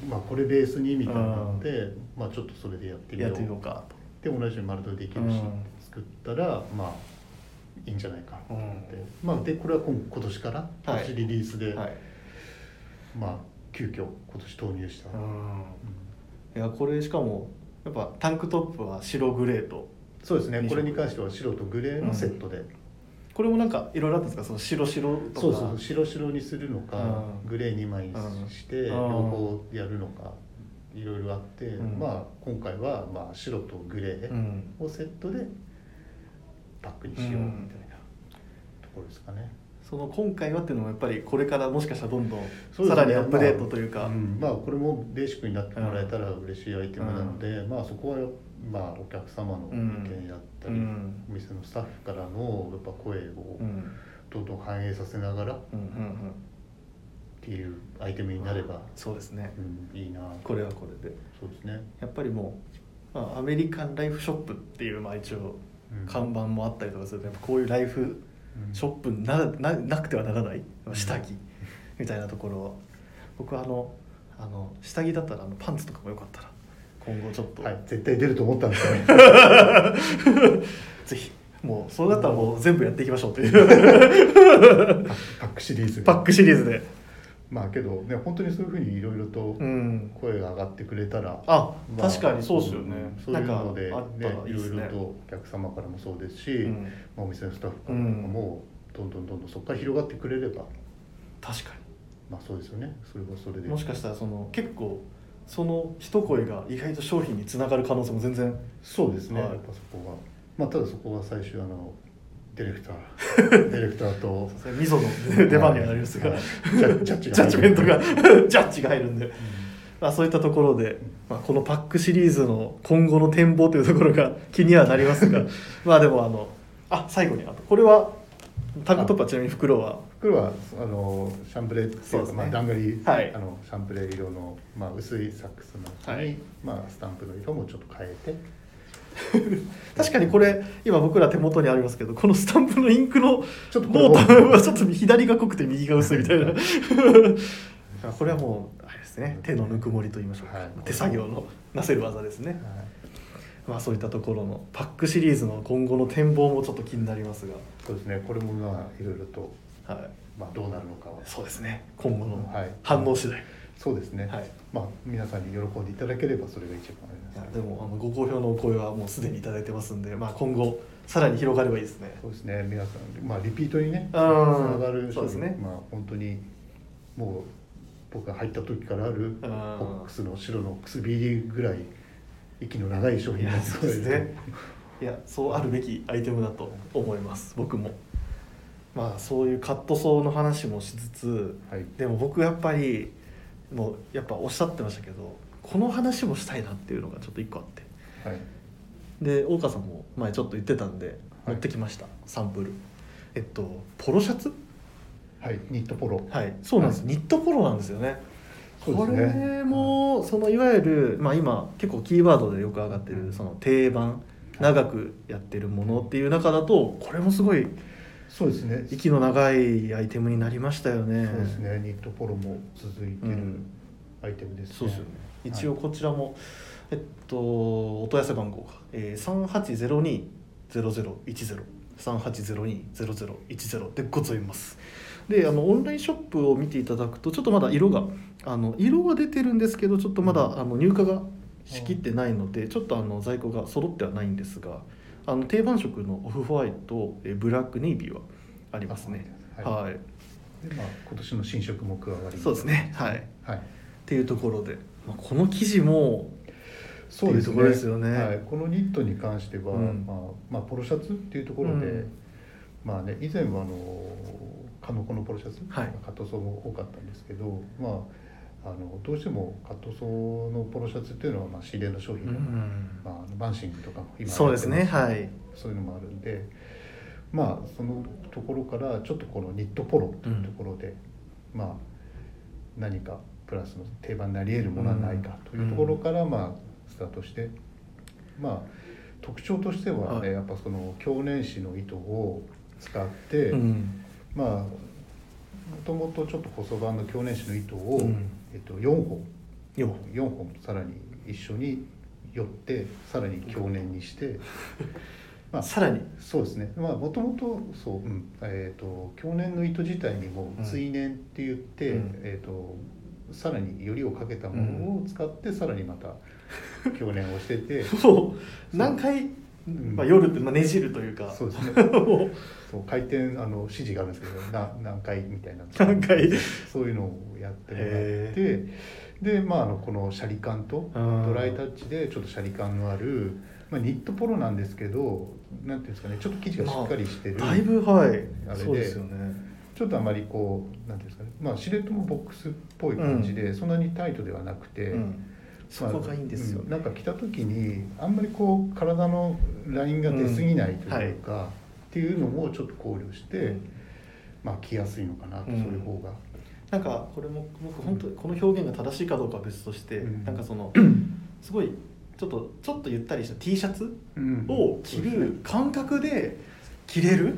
B: まあこれベースにみたいなのでまあ、ちょっとそれでやって
A: え
B: みよ
A: やっ
B: う
A: てみようか
B: で同じように丸取りできるし、
A: うん
B: 作ったらまあいいんじゃないかと思って、
A: うん
B: まあ、でこれは今今年から今
A: はい
B: 年リリースで、
A: とはい
B: まあ急遽今年投入した、うん
A: いやこれしかもやっぱタンクトップは白グレーと
B: そうですね
A: 二色
B: これに関しては白とグレーのセットで、
A: これもなんかいろいろあったんですかその白白とか
B: そうそう白白にするのか、
A: うん
B: グレー2枚にして、
A: うん
B: 両方やるのかいろいろあって、
A: うん
B: まあ今回はまあ白とグレー
A: ん
B: をセットでパックにしようみたいなところですかね。
A: その今回はっていうのもやっぱりこれからもしかしたらどんどん
B: そうで
A: さ
B: すね
A: らにアップデートというか、
B: まあんまあこれもベーシックになってもらえたら嬉しいアイテムなので、まあそこはまあお客様の意見だったり、
A: うん
B: お店のスタッフからのやっぱ声を
A: うん
B: どんどん反映させながらっ
A: うんうん
B: ていうアイテ
A: う
B: ム
A: ん
B: になれば、
A: そうですね
B: うんいいな
A: これはこれで
B: そうですね。
A: やっぱりもう、まあ、アメリカンライフショップっていう、まあ、一応
B: うん
A: 看板もあったりとかするとやっぱこういうライフショップになななくてはならない下着みたいなところは僕はあのあの下着だったらあのパンツとかもよかったら今後ちょっと、
B: はい、絶対出ると思ったんですよね
A: ぜひもうそれだったらもう全部やっていきましょうという
B: パックシリーズ
A: パックシリーズで
B: まあけどね本当にそういうふうにいろいろと
A: うん
B: 声が上がってくれたら、
A: あ、
B: まあ
A: 確かにそうですよね
B: んそういうの
A: な
B: で
A: んかあったらい
B: ね
A: いで
B: いろ
A: す
B: い
A: ね
B: ろとお客様からもそうですし、
A: うん
B: まあ、お店のスタッフからもどんどんどんどんそこから広がってくれれば
A: 確か
B: まあそうですよねそれはそれ
A: に
B: で
A: もしかしたらその結構その一声が意外と商品につながる可能性も全然
B: そうですね、
A: はい
B: やっぱそこはまあただそこは最終あのディレクタ ーディレクターと
A: みその出番にはなりますが、
B: はいジャッジャッ
A: ジ
B: ジが
A: ャッジメントが ジャッジが入るんで、まあ、そういったところで、まあ、このパックシリーズの今後の展望というところが気にはなりますが まあでもあのあ最後にあとこれはタンクトップはちなみに袋は
B: 黒はあのシャンプレーって
A: そ
B: いうう
A: です
B: か
A: ね
B: まあダンガリ
A: はい
B: あのシャンプレー色のまあ薄いサックスの中
A: は
B: に、
A: い
B: まあスタンプの色もちょっと変えて
A: 確かにこれ今僕ら手元にありますけどこのスタンプのインクの
B: ちょっとこれ
A: 濃淡はちょっと左が濃くて右が薄いみたいなこれはもうあれですね手のぬくもりと言いましょうか、
B: はい
A: 手作業のなせる技ですね、
B: は
A: まあ、そういったところのパックシリーズの今後の展望もちょっと気になります
B: いそうですねこれもまあいろいろと
A: が、はい、
B: まあどうなるのかは
A: そうですね今後の
B: はい
A: 反応次第、
B: そうですね、
A: はい
B: まあ皆さんに喜んでいただければそれが一番あ
A: い
B: り
A: や
B: ます
A: でもあのご好評のお声はもうすでにいただいてますんで、まあ、今後さらに広がればいいですね
B: そうですね皆さんまあリピートにねつ
A: う
B: なんがる
A: そうですね
B: まあ本当にもう僕が入った時からある
A: ん
B: オックスの白のくすび入りぐらい息の長い商品なん
A: いやそうですねいやそうあるべきアイテムだと思います僕もまあそういうカットソーの話もしつつ
B: はい
A: でも僕やっぱりもうやっぱおっしゃってましたけどこの話もしたいなっていうのがちょっと一個あって
B: はい
A: で大川さんも前ちょっと言ってたんで
B: は
A: 持
B: い
A: ってきました、サンプルえっとポロシャツ
B: はいニットポロ
A: はいそうなんです、ニットポロなんですよね
B: そう
A: こ
B: ですね
A: れもそのいわゆる、まあ、今結構キーワードでよく上がってるその定番長くやってるものっていう中だとこれもすごい
B: そうですね
A: 息の長いアイテムになりましたよね
B: そうですねニットポロも続いて
A: う
B: る
A: ん
B: アイテムですね、
A: そうですよね
B: はい
A: 一応こちらも、えっとお問い合わせ番号が、えー、3802-0010 3802-0010でございますであのオンラインショップを見ていただくとちょっとまだ色があの色は出てるんですけどちょっとまだ、
B: うん
A: あの入荷がしきってないのでちょっとあの在庫が揃ってはないんですがあの定番色のオフホワイト、えーブラックネイビーはありますね
B: あはい
A: はい、
B: でまあ今年の新色も加わり
A: そうですねはい
B: はい
A: っていうところで、まあ、この記事も
B: そうです
A: っていうとこ
B: ね
A: ろですよね
B: はい、このニットに関しては、
A: うん
B: まあまあ、ポロシャツっていうところで、
A: うん
B: まあね、以前はあのカノコのポロシャツ、
A: はい
B: カットソーも多かったんですけど、まあ、あのどうしてもカットソーのポロシャツっていうのは、まあ、仕入れの商品、
A: うん
B: まああの、バンシングとかも今
A: そうですね
B: やってます
A: はい
B: そういうのもあるんで、まあ、そのところからちょっとこのニットポロというところで、まあ何かプラスの定番になり得るものはないかというところから、まあ、スタートして、まあ、特徴としてはね、
A: はい
B: やっぱその去年糸の糸を使って、
A: うん
B: まあもともとちょっと細版の去年糸の糸を、
A: うん
B: えっと、4本
A: よ
B: 4本さらに一緒に寄ってさらに去年に して。まあ
A: さらに
B: そうですねまあもともとそう、うんえー、と去年の糸自体にも
A: うん
B: 追年って言って、
A: うん
B: えー、とさらによりをかけたものを使って、さらにま た去年をしてて
A: そう何回、
B: ん
A: まあ、夜って、まあ、ねじるというか
B: そ うですね
A: もう
B: そう回転あの指示があるんですけどな何回みたいな
A: 何回
B: そういうのをやってもらって
A: へ
B: でまああのこのシャリ感と
A: うん
B: ドライタッチでちょっとシャリ感のある、まあ、ニットポロなんですけどなんていうんですかねちょっと生地がしっかりしてる、
A: だいぶはい
B: あれで
A: そうですよね
B: ちょっとあまりこうなんていうんですかね、まあ、シルエットもボックスっぽい感じで、そんなにタイトではなくて、
A: うんそこがいいんですよ
B: ま
A: ね
B: あうんなんか着た時にあんまりこう体のラインが出過ぎないというか、っていうのもちょっと考慮して、
A: うん
B: まあ着やすいのかなと、
A: うん
B: そういう方が。
A: なんかこれも僕本当にこの表現が正しいかどうかは別として、
B: うん
A: なんかそのすごいちょっとちょっとゆったりした T シャツ
B: うん
A: を着る感覚で着れる、
B: うん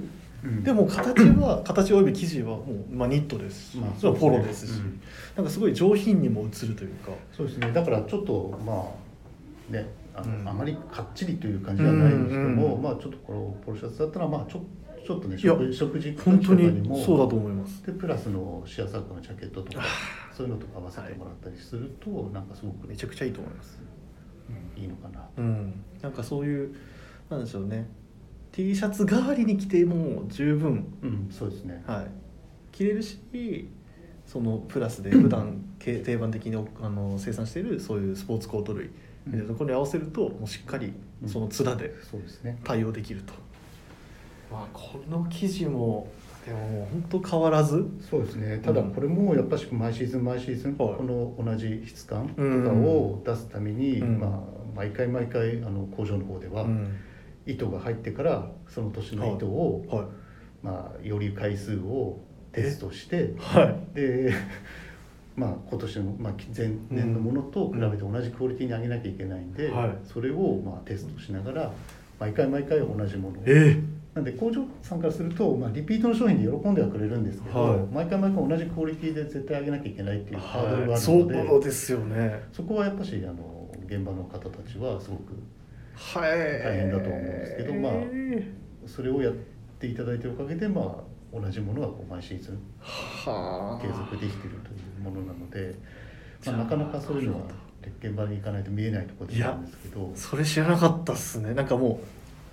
A: でも形 は形および生地はもう、まあ、ニットですし、
B: まあ
A: それはポロですし、
B: うん
A: なんかすごい上品にも映るというか
B: そうですねだからちょっとまあねあの、
A: うん
B: あまりかっちりという感じではないにしても、
A: うんうん
B: まあちょっとこのポロシャツだったらまあちょちょっとね
A: いや
B: 食食事
A: 本当
B: とか
A: に
B: も
A: そうだと思います
B: でプラスのシアサークのジャケットとかそういうのとか合わせてもらったりすると、なんかすごく
A: めちゃくちゃいいと思います
B: いいのかな
A: う
B: と
A: んなんかそういうなんでしょうね T シャツ代わりに着ても十分
B: うん、そうですね、
A: はい着れるしそのプラス で普段け定番的におあの生産しているそういうスポーツコート類みたいなところに合わせるともうしっかりその面で
B: そうですね
A: 対応できると、まあこの生地もでももう本当変わらず
B: そうですねただこれもやっぱし毎シーズン毎シーズン
A: はい
B: この同じ質感とか
A: うん
B: を出すために、
A: うん
B: まあ、毎回毎回あの工場の方では
A: うん
B: 糸が入ってからその年の糸を、
A: は
B: まあ、より回数をテストして
A: いはい
B: で、 まあ、今年の、まあ、前年のものと比べて同じクオリティに上げなきゃいけないんで、
A: はい
B: それを、まあ、テストしながら毎回毎回同じものを
A: え
B: なんで工場さんからすると、まあ、リピートの商品で喜んではくれるんですけど、
A: はい
B: 毎回毎回同じクオリティで絶対上げなきゃいけないって
A: え
B: いうハードルがある
A: そ
B: ので、
A: うですよね
B: そこはやっぱしあの現場の方たちはすごく
A: はい
B: 大変だとは思うんですけどまあそれをやっていただいてるおかげで、まあ、同じものがこう毎シーズン
A: はあ
B: 継続できているというものなので、
A: じゃ
B: ま
A: あ
B: あ、なかなかそういうのは
A: なる
B: 現場に行かないと見えないところではあるんですけど
A: それ知らなかったっすねなんかも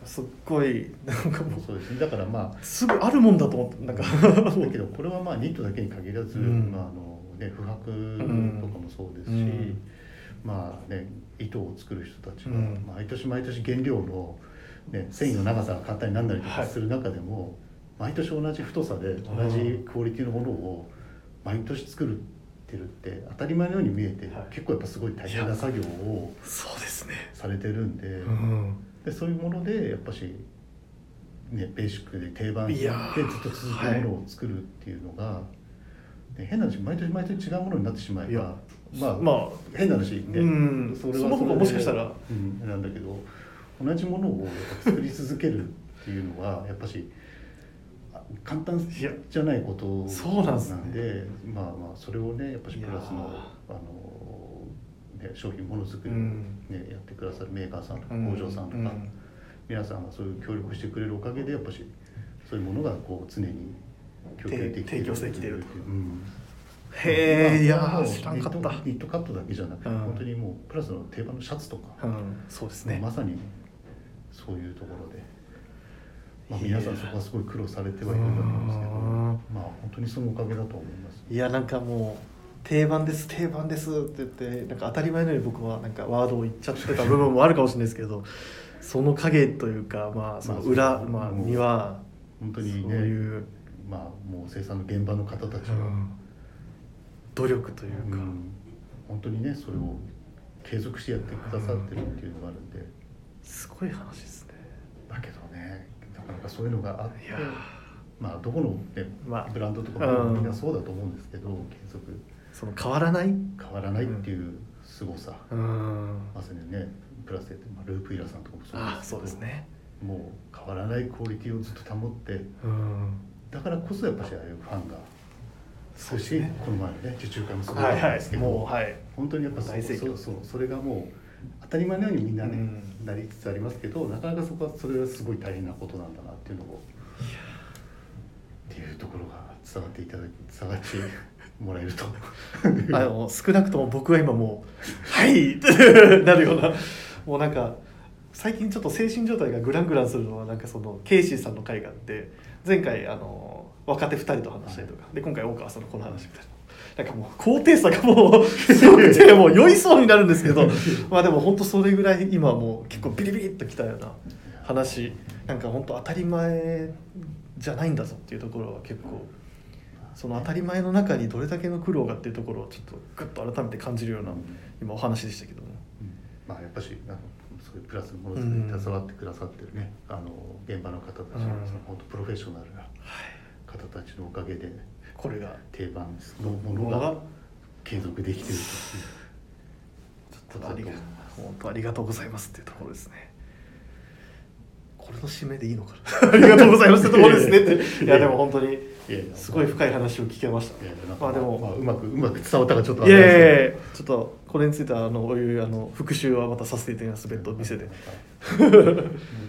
A: うすっごいなんかもう
B: そうですねだからまあ
A: すぐあるもんだと思ってなんか
B: だけどこれはまあニットだけに限らず、
A: うん
B: まああのね、不白とかもそうですし、
A: うん
B: まあね、糸を作る人たちが、
A: うん
B: 毎年毎年原料の、ね、繊維の長さが簡単にならないりと
A: は
B: か
A: い
B: する中でも、毎年同じ太さで同じクオリティのものを毎年作るってるって当たり前のように見えて、
A: はい
B: 結構やっぱすごい大変な作業を
A: そうですね
B: されてるんで,、
A: うん
B: でそういうものでやっぱし、ね、ベーシックで定番で
A: い
B: ずっ
A: やー
B: と続くものを作るっていうのが、ね変な話毎年毎年違うものになってしまえ
A: いや
B: ばまあ、
A: まあ
B: 変な話ね、
A: うん
B: それ
A: そ
B: は
A: の方が
B: で
A: もしかしたら、
B: うん、なんだけど同じものを作り続けるっていうのはやっぱしあ簡単
A: いや
B: じゃないこと
A: そうなんですね
B: なんでまあまあそれをねやっぱしプラス
A: いや
B: のあの、ね、商品ものづくりを、ねやってくださるメーカーさんとか工場さんとか、
A: うん
B: 皆さんがそういう協力してくれるおかげでやっぱしそういうものがこう常に供給できて
A: 提
B: る
A: 供してきてると
B: うん
A: へえいや
B: まあ
A: ー知らんかっ
B: ニット
A: た
B: ニットカットだけじゃなくて、
A: うん
B: 本当にもうプラスの定番のシャツとか、
A: うんそうですね
B: まさにそういうところで、まあ、
A: いや
B: 皆さんそこはすごい苦労されてはいると思うんですけど
A: うん
B: まあ本当にそのおかげだと思います
A: いやなんかもう定番です定番ですって言ってなんか当たり前のように僕はなんかワードを言っちゃってた部分もあるかもしれないですけ どその影というかまあその裏、
B: まあ
A: まあ
B: もう
A: には
B: 本当に
A: そう
B: ね
A: いう、
B: まあもう生産の現場の方たちは、
A: 努力という
B: うん
A: か、
B: 本当にねそれを継続してやってくださってるっていうのがあるんで、
A: すごい話ですね
B: だけどねなかなかそういうのがあって
A: いや
B: まあどこの、ね
A: まあ
B: ブランドとかもみんなそうだと思うんですけど、継続
A: その変わらない
B: 変わらないっていう凄さ、
A: うん
B: まさにねプラスで、まあ、ループイラーさんとかもそう
A: あ
B: ですけど
A: そうですね
B: もう変わらないクオリティをずっと保って
A: うん
B: だからこそやっぱしああいうファンが
A: そう
B: そ
A: で
B: し
A: すね
B: この前のね受注会もすごい
A: はい
B: ったん
A: は
B: ですけ
A: い
B: ど、
A: もうはい
B: 本当にやっぱそう
A: 大盛況
B: そうそうそれがもう当たり前のようにみんなね、
A: うん
B: なりつつありますけどなかなかそこはそれはすごい大変なことなんだなっていうのをっていうところが伝わっていただき伝わってもらえると
A: あ の少なくとも僕は今もう「はい!」 ってなるようなもうなんか最近ちょっと精神状態がグラングランするのはなんかそのケイシーさんの会があって前回あの若手2人と話したりとかで今回大川さんのこの話みたいな。なんかもう高低差がもうすごくてもう酔いそうになるんですけどまあでも本当それぐらい今もう結構ビリビリっときたような話なんか本当当たり前じゃないんだぞっていうところは結構その当たり前の中にどれだけの苦労がっていうところをちょっとグッと改めて感じるような今お話でしたけども
B: うんまあやっぱしあのそういうプラスのものづくりに携わってくださってるね、あの現場の方たちの、
A: うん
B: その本当プロフェッショナルな方たちのおかげで
A: これが
B: 定番のものが継続できてるということだと思います。
A: 本当ありがとうございますっていうところですねこれの締めでいいのかな ありがとうございますってところですねっていやでも本当に
B: やいや
A: すごい深い話を聞けました
B: いやいやなんか
A: まあでも
B: まあ、うまくうまく伝わったかちょっとわ
A: い
B: か
A: や
B: ん
A: い
B: ない
A: やい
B: で
A: やちょっとこれについてはあのおいおいあの復習はまたさせていただきます
B: すけ
A: 別
B: ど
A: 途店で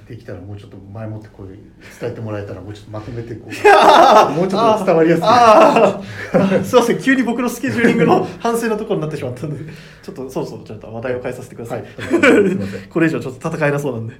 B: できたらもうちょっと前もってこういう伝えてもらえたらもうちょっとまとめてこうもうちょっと伝わりやすい
A: あーあ すいません急に僕のスケジューリングの反省のところになってしまったんでちょっとそろそろちょっと話題を変えさせてください、
B: はいすいません
A: これ以上ちょっと戦えなそう なんで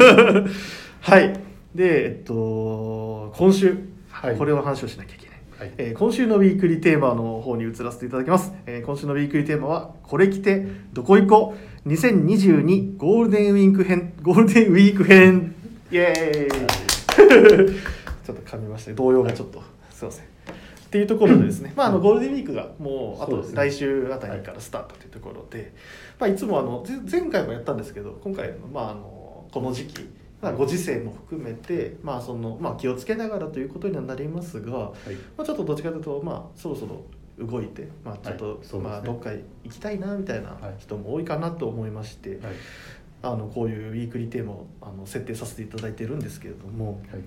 A: はいでえっと今週、
B: はい
A: これを話をしなきゃいけない、
B: はい
A: えー今週のウィークリーテーマの方に移らせていただきます、えー今週のウィークリーテーマは「これ着てどこ行こう2022ゴールデンウィーク編ゴールデンウィーク編」イエーイちょっと噛みましたね動揺がちょっと、すいませんっていうところでですね、まあ、あのゴールデンウィークがもうあ
B: そ
A: と
B: うですね
A: 来週あたりからスタートというところで、まあ、いつもあのぜ前回もやったんですけど今回の,、まあ、あのこの時期、まあ、ご時世も含めて、まあそのまあ、気をつけながらということにはなりますが、
B: はい
A: まあ、ちょっとどっちかというと、まあ、そろそろ動いて、まあ、ちょっ
B: はい
A: と、
B: そうですね
A: まあ、どっか行きたいなみたいな人も多いかなと思いまして、
B: はい
A: あのこういうウィークリーテーマをあの設定させていただいてるんですけれども、
B: はい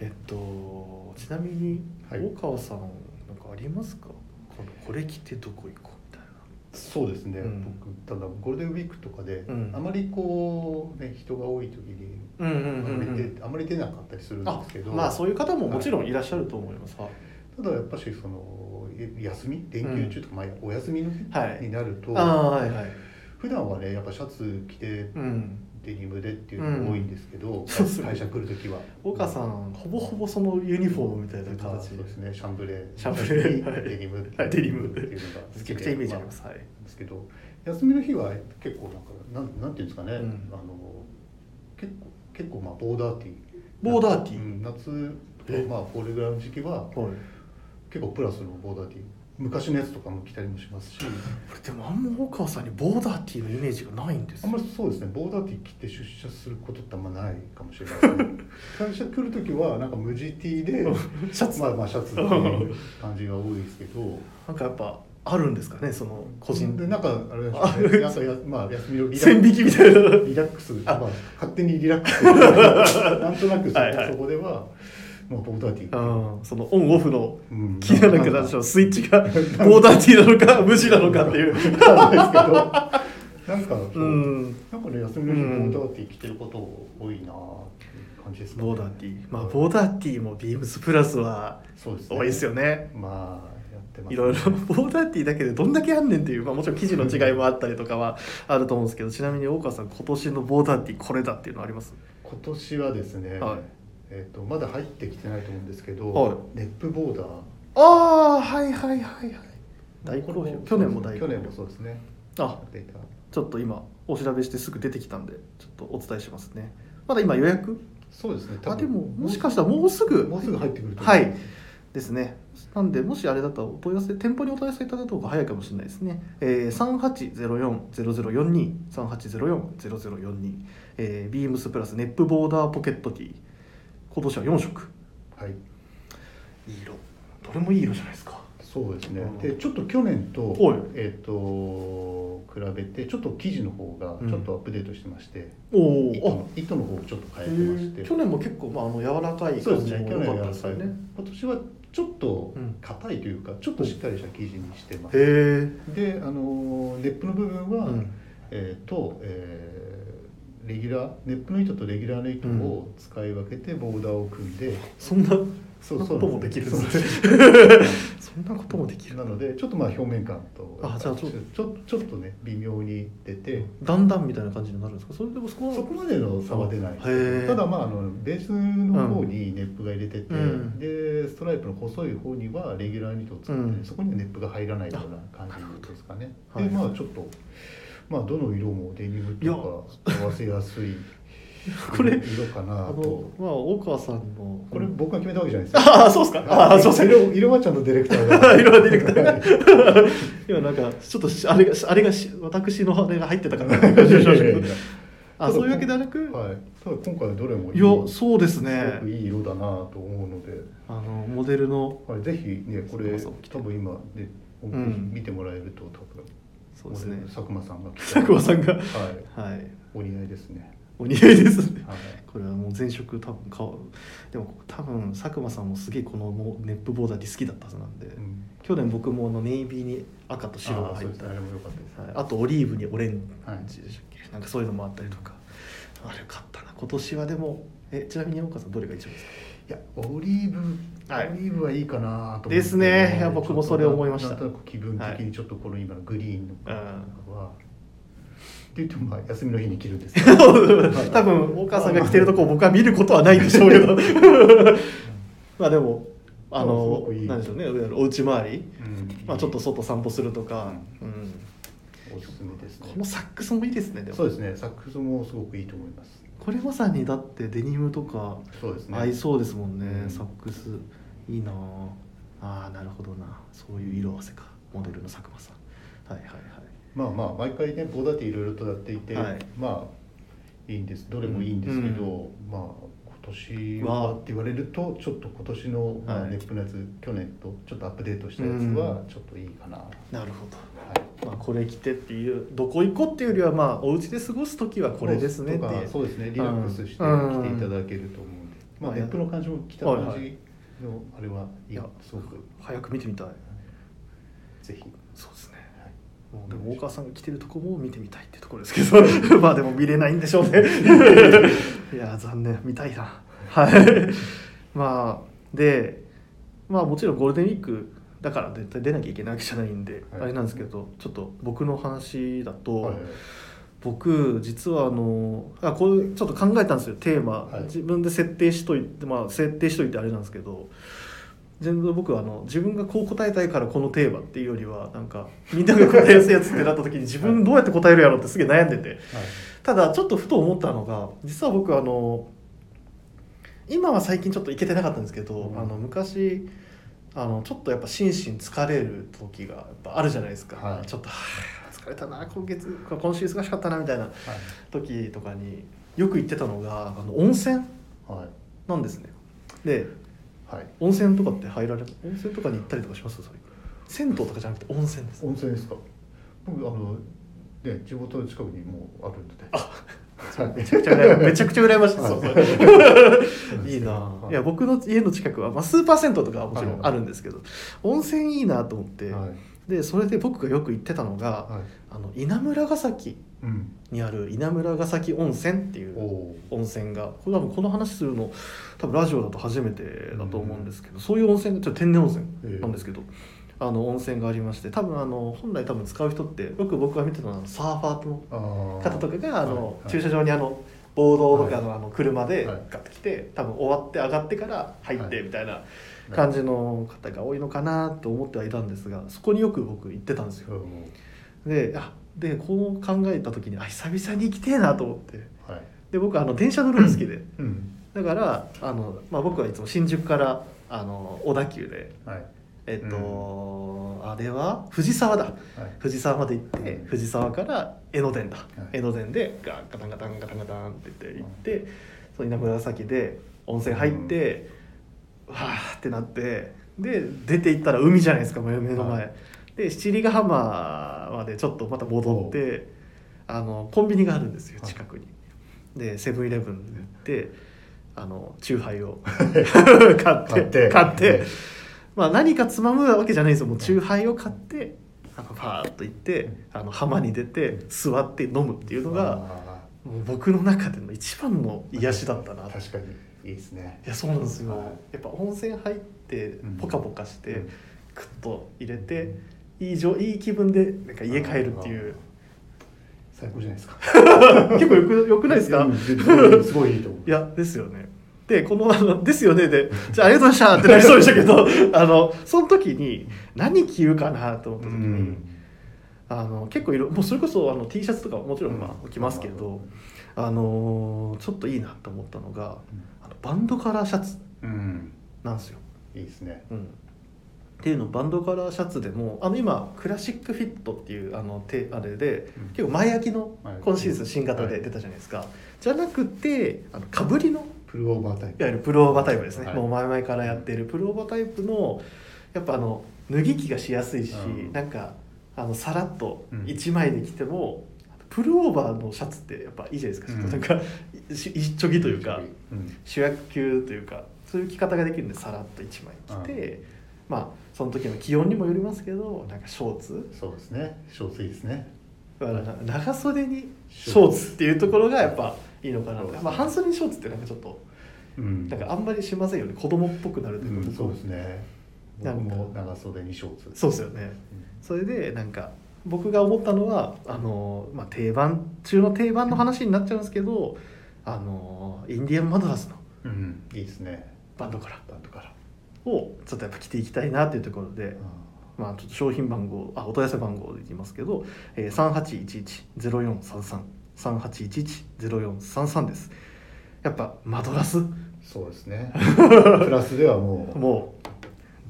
A: えっと、ちなみに
B: はい
A: 大川さん、なんかありますかこのこれ着てどこ行こうみたいな。
B: そうですね、
A: うん
B: 僕ただゴールデンウィークとかで、
A: うん
B: あまりこうね人が多い時に
A: うんう
B: あ
A: ん
B: ま
A: う
B: り
A: ん
B: 出、
A: うん
B: あまり出なかったりするんで
A: あ
B: すけど
A: まあそういう方ももちろんいらっしゃると思います。はい
B: ただやっぱしそのえ休み連休中とか、まあ、お休みの日
A: はい
B: になると、
A: ああはいはい。
B: 普段はねやっぱシャツ着て
A: うん。
B: デニムでっていうのが多いんですけど、
A: そうですね
B: 会社来る時は
A: 大川さんほぼほぼそのユニフォームみたいな
B: まあ
A: 形
B: そう
A: で
B: ですねシャンブレー
A: シャンブレーはい
B: デニム
A: はいデニム
B: っていうのが
A: めちゃくちゃイメージあります。はい。
B: ですけど休みの日は結構なんかなんなんていうんですかね、
A: うん
B: あの結構結構まあボーダーティー
A: ボーダーティー
B: うん夏
A: え
B: とかまあフォールグラウンド時期は
A: はい。
B: 結構プラスのボーダーティー昔のやつとかも着たりもしますし
A: 俺でもあんま大川さんにボーダーティーのイメージがないんです
B: あ
A: よ。
B: んまりそうですねボーダーティー着て出社することってあんまないかもしれないですね 会社来る時はなんか無地 T で
A: シャツ
B: まあまあシャツっていう感じが多いですけど
A: なんかやっぱあるんですかねその個人
B: で
A: で
B: なんかあれなんでしょうねなんかやまあ休みの リラッ
A: 線
B: クス
A: 引きみたいな。
B: リラックス
A: あ
B: まあ、勝手にリラック スなんとなくそ,、
A: はいはい
B: そこでは、まあ、ボーダーティー、
A: うんそのオンオフの
B: うん
A: 気がなくなるでしょうスイッチがボーダーティーなの か無地なのかっていう。
B: なんですけどなんかそう、
A: うん。
B: なんかね休みの日
A: うん
B: ボーダーティー着てること多いなっていう感じですかね、
A: ボーダーティーまあボーダーティーもビームスプラスは
B: そうですね
A: 多いですよね
B: まあやってます
A: いろいろボーダーティーだけでどんだけあんねんっていう、まあ、もちろん生地の違いもあったりとかはあると思うんですけどちなみに大川さん今年のボーダーティーこれだっていうのあります
B: 今年はですね、
A: はい
B: えー、とまだ入ってきてないと思うんですけど、
A: はい
B: ネップボーダー
A: ああはいはいはいはい大好
B: これ
A: 評去年も大好
B: 去年も
A: 評
B: そうですね
A: あ
B: やっていた
A: ちょっと今お調べしてすぐ出てきたんでちょっとお伝えしますねまだ今予約
B: そうですね多
A: あ
B: 分
A: でももしかしたらもうすぐ
B: もうすぐ入ってくると思う
A: はいですねなんでもしあれだったらお問い合わせ店舗にお問い合わせいただいた方が早いかもしれないですね、えー、3804-00423804-0042えー、ビームスプラスネップボーダーポケットティー今年は4色
B: はい
A: いい色どれもいい色じゃないですか
B: そうですね
A: うん。
B: でちょっと去年と
A: はい
B: えっ、と比べてちょっと記事の方が
A: うん
B: ちょっとアップデートしてまして、
A: おお
B: 糸
A: あ
B: の糸の方をちょっと
A: へ
B: 変えてまして
A: ー、去年も結構、まあ、あの柔らかい
B: そう
A: 感
B: です
A: じ
B: ね。
A: も
B: 去
A: 良
B: 年
A: かっ
B: や
A: た
B: ら
A: ですよね
B: 今年はちょっと
A: うん
B: 硬いというか、ちょっとしっかりした生地にしてます。
A: へ
B: で、あのネップの部分
A: え、
B: は、
A: うん、
B: えっ、と、えーレギュラーネップの糸とレギュラーの糸を使い分けてボーダーを組んで、
A: そんなそ
B: そ
A: んなこともできるんですね そんなこともできる
B: なのでちょっとまあ表面感と
A: あじゃあちょっと
B: ちょちょっとね微妙に出て
A: だんだんみたいな感じになるんですかそれでもそこは
B: そこまでの差は出ない
A: へー
B: ただまああのベースの方にネップが入れてて、
A: うん
B: でストライプの細い方にはレギュラーニットを作って、
A: うん
B: そこにはネップが入らないような感じですかね
A: あなる
B: で
A: ほど
B: ま
A: は
B: あちょっとまあどの色もデニムとか合わせやすい
A: これ
B: 色かな
A: あの
B: と。
A: まあ大川さんの
B: これ
A: うん
B: 僕が決めたわけじゃないですよ。
A: ああそうですかああそうですね
B: 色色はちゃんとディレクターが
A: 色はディレクターが
B: はい
A: 今なんかちょっとしあれがしあれがし私のあれが入ってたから感じがしましたけどあそういうわけではなく、
B: はい、ただ今回はどれも
A: い、
B: す
A: やそうです
B: ごく
A: ね
B: いい色だなと思うので、
A: あのモデルの
B: はい、ぜひね
A: そ
B: これ
A: うそう
B: 多分今ね、
A: ん
B: 見てもらえると多分
A: そうですね
B: モデル佐久間さんが来て
A: 佐久間さんが
B: はい
A: はい
B: お似合いですね
A: お似合いですね
B: はい
A: これはもう前職多分顔でも多分佐久間さんもすげえこのもうネップボーダーディ好きだったはずなんで、
B: うん
A: 去年僕もあのネイビーに赤と白が
B: あー
A: 入
B: そ
A: っ
B: うです
A: た
B: ねあれも良かったです
A: はい、あとオリーブにオレンジでしたっけ、なんかそういうのもあったりとかあれ買ったな今年はでもえちなみに岡さんどれが一番ですか
B: いやオリーブ、
A: はい
B: オリーブはいいかなと思って
A: ですねいや僕もそれ思いました
B: なんとなく気分的にちょっとこの今のグリーンの
A: うん
B: は、って言ってもまあ休みの日に着るんですけどは い
A: 多分お母さんが着てるとこを僕は見ることはないんでしょうけ どまあでもあ
B: すご
A: の
B: くいい
A: なんでしょうねお家周り、
B: うん
A: まあ、ちょっと外散歩するとか、うん
B: おすすめです
A: この
B: ね
A: サックスもいいですねでも
B: そうですねサックスもすごくいいと思います
A: これまさにだってデニムとか
B: そうですね
A: 合いそうですもんね、
B: うん
A: サックスいいなああーなるほどなそういう色合わせかモデルの佐久間さんはいはいはい
B: まあまあ毎回ねボーダーティーいろいろとやっていて、
A: はい
B: まあいいんですどれもいいんですけど、
A: う
B: まあ今年はって言われるとちょっと今年の、まあ、
A: はい
B: ネップのやつ、去年とちょっとアップデートしたやつは
A: うん
B: ちょっといいかな、は
A: なるほど、
B: い
A: まあ、これ着てっていうどこ行こうっていうよりはまあお家で過ごす時はこれですねって
B: とか
A: いう
B: そうですねリラックスして
A: うん
B: 来ていただけると思うんで、
A: うん
B: まあ
A: はい
B: ネップの感じも来た
A: はいはい
B: 感じのあれはい
A: い
B: い
A: や
B: すごく
A: 早く見てみたい
B: ぜひ、
A: そうですね
B: はい
A: もうでも大川さんが着てるとこも見てみたいってところですけ どまあでも見れないんでしょうねいや残念見たいなはいまあでまあもちろんゴールデンウィークだから絶対出なきゃいけないわけじゃないんで、
B: はい
A: あれなんですけどちょっと僕の話だと、
B: はい
A: 僕実はあのあこれちょっと考えたんですよテーマ、
B: はい
A: 自分で設定しといてまあ設定しといてあれなんですけど全部僕はあの自分がこう答えたいからこのテーマっていうよりはなんかみんなが答えやすいやつってなった時に自分どうやって答えるやろうってすげえ悩んでてただちょっとふと思ったのが実は僕あの今は最近ちょっと行けてなかったんですけど、
B: うん
A: あの昔あのちょっとやっぱ心身疲れる時がやっぱあるじゃないですか、
B: はい
A: ちょっとはあ疲れたな今月今週忙しかったなみたいな
B: は
A: 時とかによく行ってたのがあの温泉
B: いはい
A: なんですねで
B: はい
A: 温泉とかって入られ温泉とかに行ったりとかしますそれ銭湯とかじゃなくて温泉です
B: 温泉ですか僕あのね地元の近くにもうあるのであ
A: めちゃくちゃ羨まめちゃくちゃ羨ましいです
B: はい
A: それいいな
B: は
A: あ
B: い
A: いや僕の家の近くは、まあ、スーパー銭湯とかはもちろ
B: はい
A: んあるんですけど、温泉いいなと思って、
B: はい
A: でそれで僕がよく行ってたのが、
B: はい
A: あの稲村ヶ崎
B: うん
A: にある稲村ヶ崎温泉ってい
B: お
A: う
B: お
A: 温泉がこれ多分この話するの多分ラジオだと初めてだと思うんですけど、そういう温泉ちょっと天然温泉なんですけど、あの温泉がありまして多分あの本来多分使う人ってよく僕が見てたのはサーファーの
B: あー
A: 方とかがあの、
B: はいはい
A: 駐車場にあのボードと
B: はい
A: かあの,、あの車で
B: はい
A: ガッと来て多分終わって上がってから入っ
B: は
A: て
B: い
A: みたいな感じの方が多いのかなと思ってはいたんですがそこによく僕行ってたんです
B: う
A: よ。
B: ん
A: であでこう考えた時にあ久々に行きてえなと思って
B: はい
A: で僕あの電車乗るの好きで
B: うん
A: だからあの、まあ、僕はいつも新宿からあの小田急で
B: はい
A: えっと、あれは藤沢だ
B: はい
A: 藤沢まで行って、
B: うん
A: 藤沢から江ノ電だ、
B: い
A: 江ノ電でガガタンガタンガタンガタンって言って行って、その稲村崎で温泉入って、わーってなってで出て行ったら海じゃないですか目の前、
B: はい
A: で七里ヶ浜までちょっとまた戻ってあのコンビニがあるんですよ
B: はい
A: 近くに、でセブンイレブンに行ってあのチューハ イを買
B: 買
A: っ
B: って
A: て買って
B: うん
A: まあ、何かつまむわけじゃないんですよもうチューハイを買ってあのパーッと行ってあの浜に出て座って飲むっていうのが
B: あ
A: もう僕の中での一番の
B: ー
A: 癒しだったなってい
B: 確かにいいですね
A: やそうなんですよ
B: はい
A: やっぱ温泉入って
B: うん
A: ポカポカして
B: うん
A: クッと入れていいじょいい気分でなんか家帰るっていう
B: 最高じゃないですか
A: 結構よくよくないですか
B: うんすごいいいと思う
A: いやですよねでこのあの「ですよね」で「じゃあありがとうございました」ってなりそうでしたけ どあのその時に何着るかなと思った時に、あの結構いろもうそれこそあの T シャツとかもちろんまあ着ますけど、あのーちょっといいなと思ったのがあのバンドカラーシャツ
B: うん
A: なんですよ。
B: いいですね
A: うんっていうのバンドカラーシャツでもあの今クラシックフィットっていうあのてあれで
B: うん
A: 結構前空きの
B: 前空き
A: 今シーズン新型で出たじゃないですか、じゃなくてあのかぶりの
B: プルオーバータイ
A: いわ
B: プ
A: ゆるプロオーバータイプですね、
B: はい
A: もう前々からやっているプロオーバータイプのやっぱあの脱ぎ着がしやすいし、
B: うん
A: なんかああのさらっと
B: うん
A: 1枚で着ても、プルオーバーのシャツってやっぱいいじゃないですか、
B: うん
A: なんかし一ちょぎというか
B: うん
A: 主役級というかそういう着方ができるんでさらっと1枚着て、まあその時の気温にもよりますけどなんかショーツ
B: そうですねショーツいいですね
A: だからな長袖にショーツっていうところがやっぱいいのかな
B: そ
A: と
B: うですね
A: まあ、半袖にショーツってなんかちょっと
B: うん
A: なんかあんまりしませんよね子供っぽくなるといううんか、僕
B: そう
A: も
B: ですね
A: なん
B: 僕
A: か
B: も長袖にショーツ
A: そうですよねそれでなんか僕が思ったのはあの、まあ、定番中の定番の話になっちゃうんですけどあのインディアンマドラスの
B: うん、うんいいですね
A: バンドから
B: バンドから
A: をちょっとやっぱ着ていきたいなというところで、まあ、ちょっと商品番号あお問い合わせ番号で言いますけど、えー、3811-04333811-0433ですやっぱマドラス
B: そうです ねプラスではもう
A: もう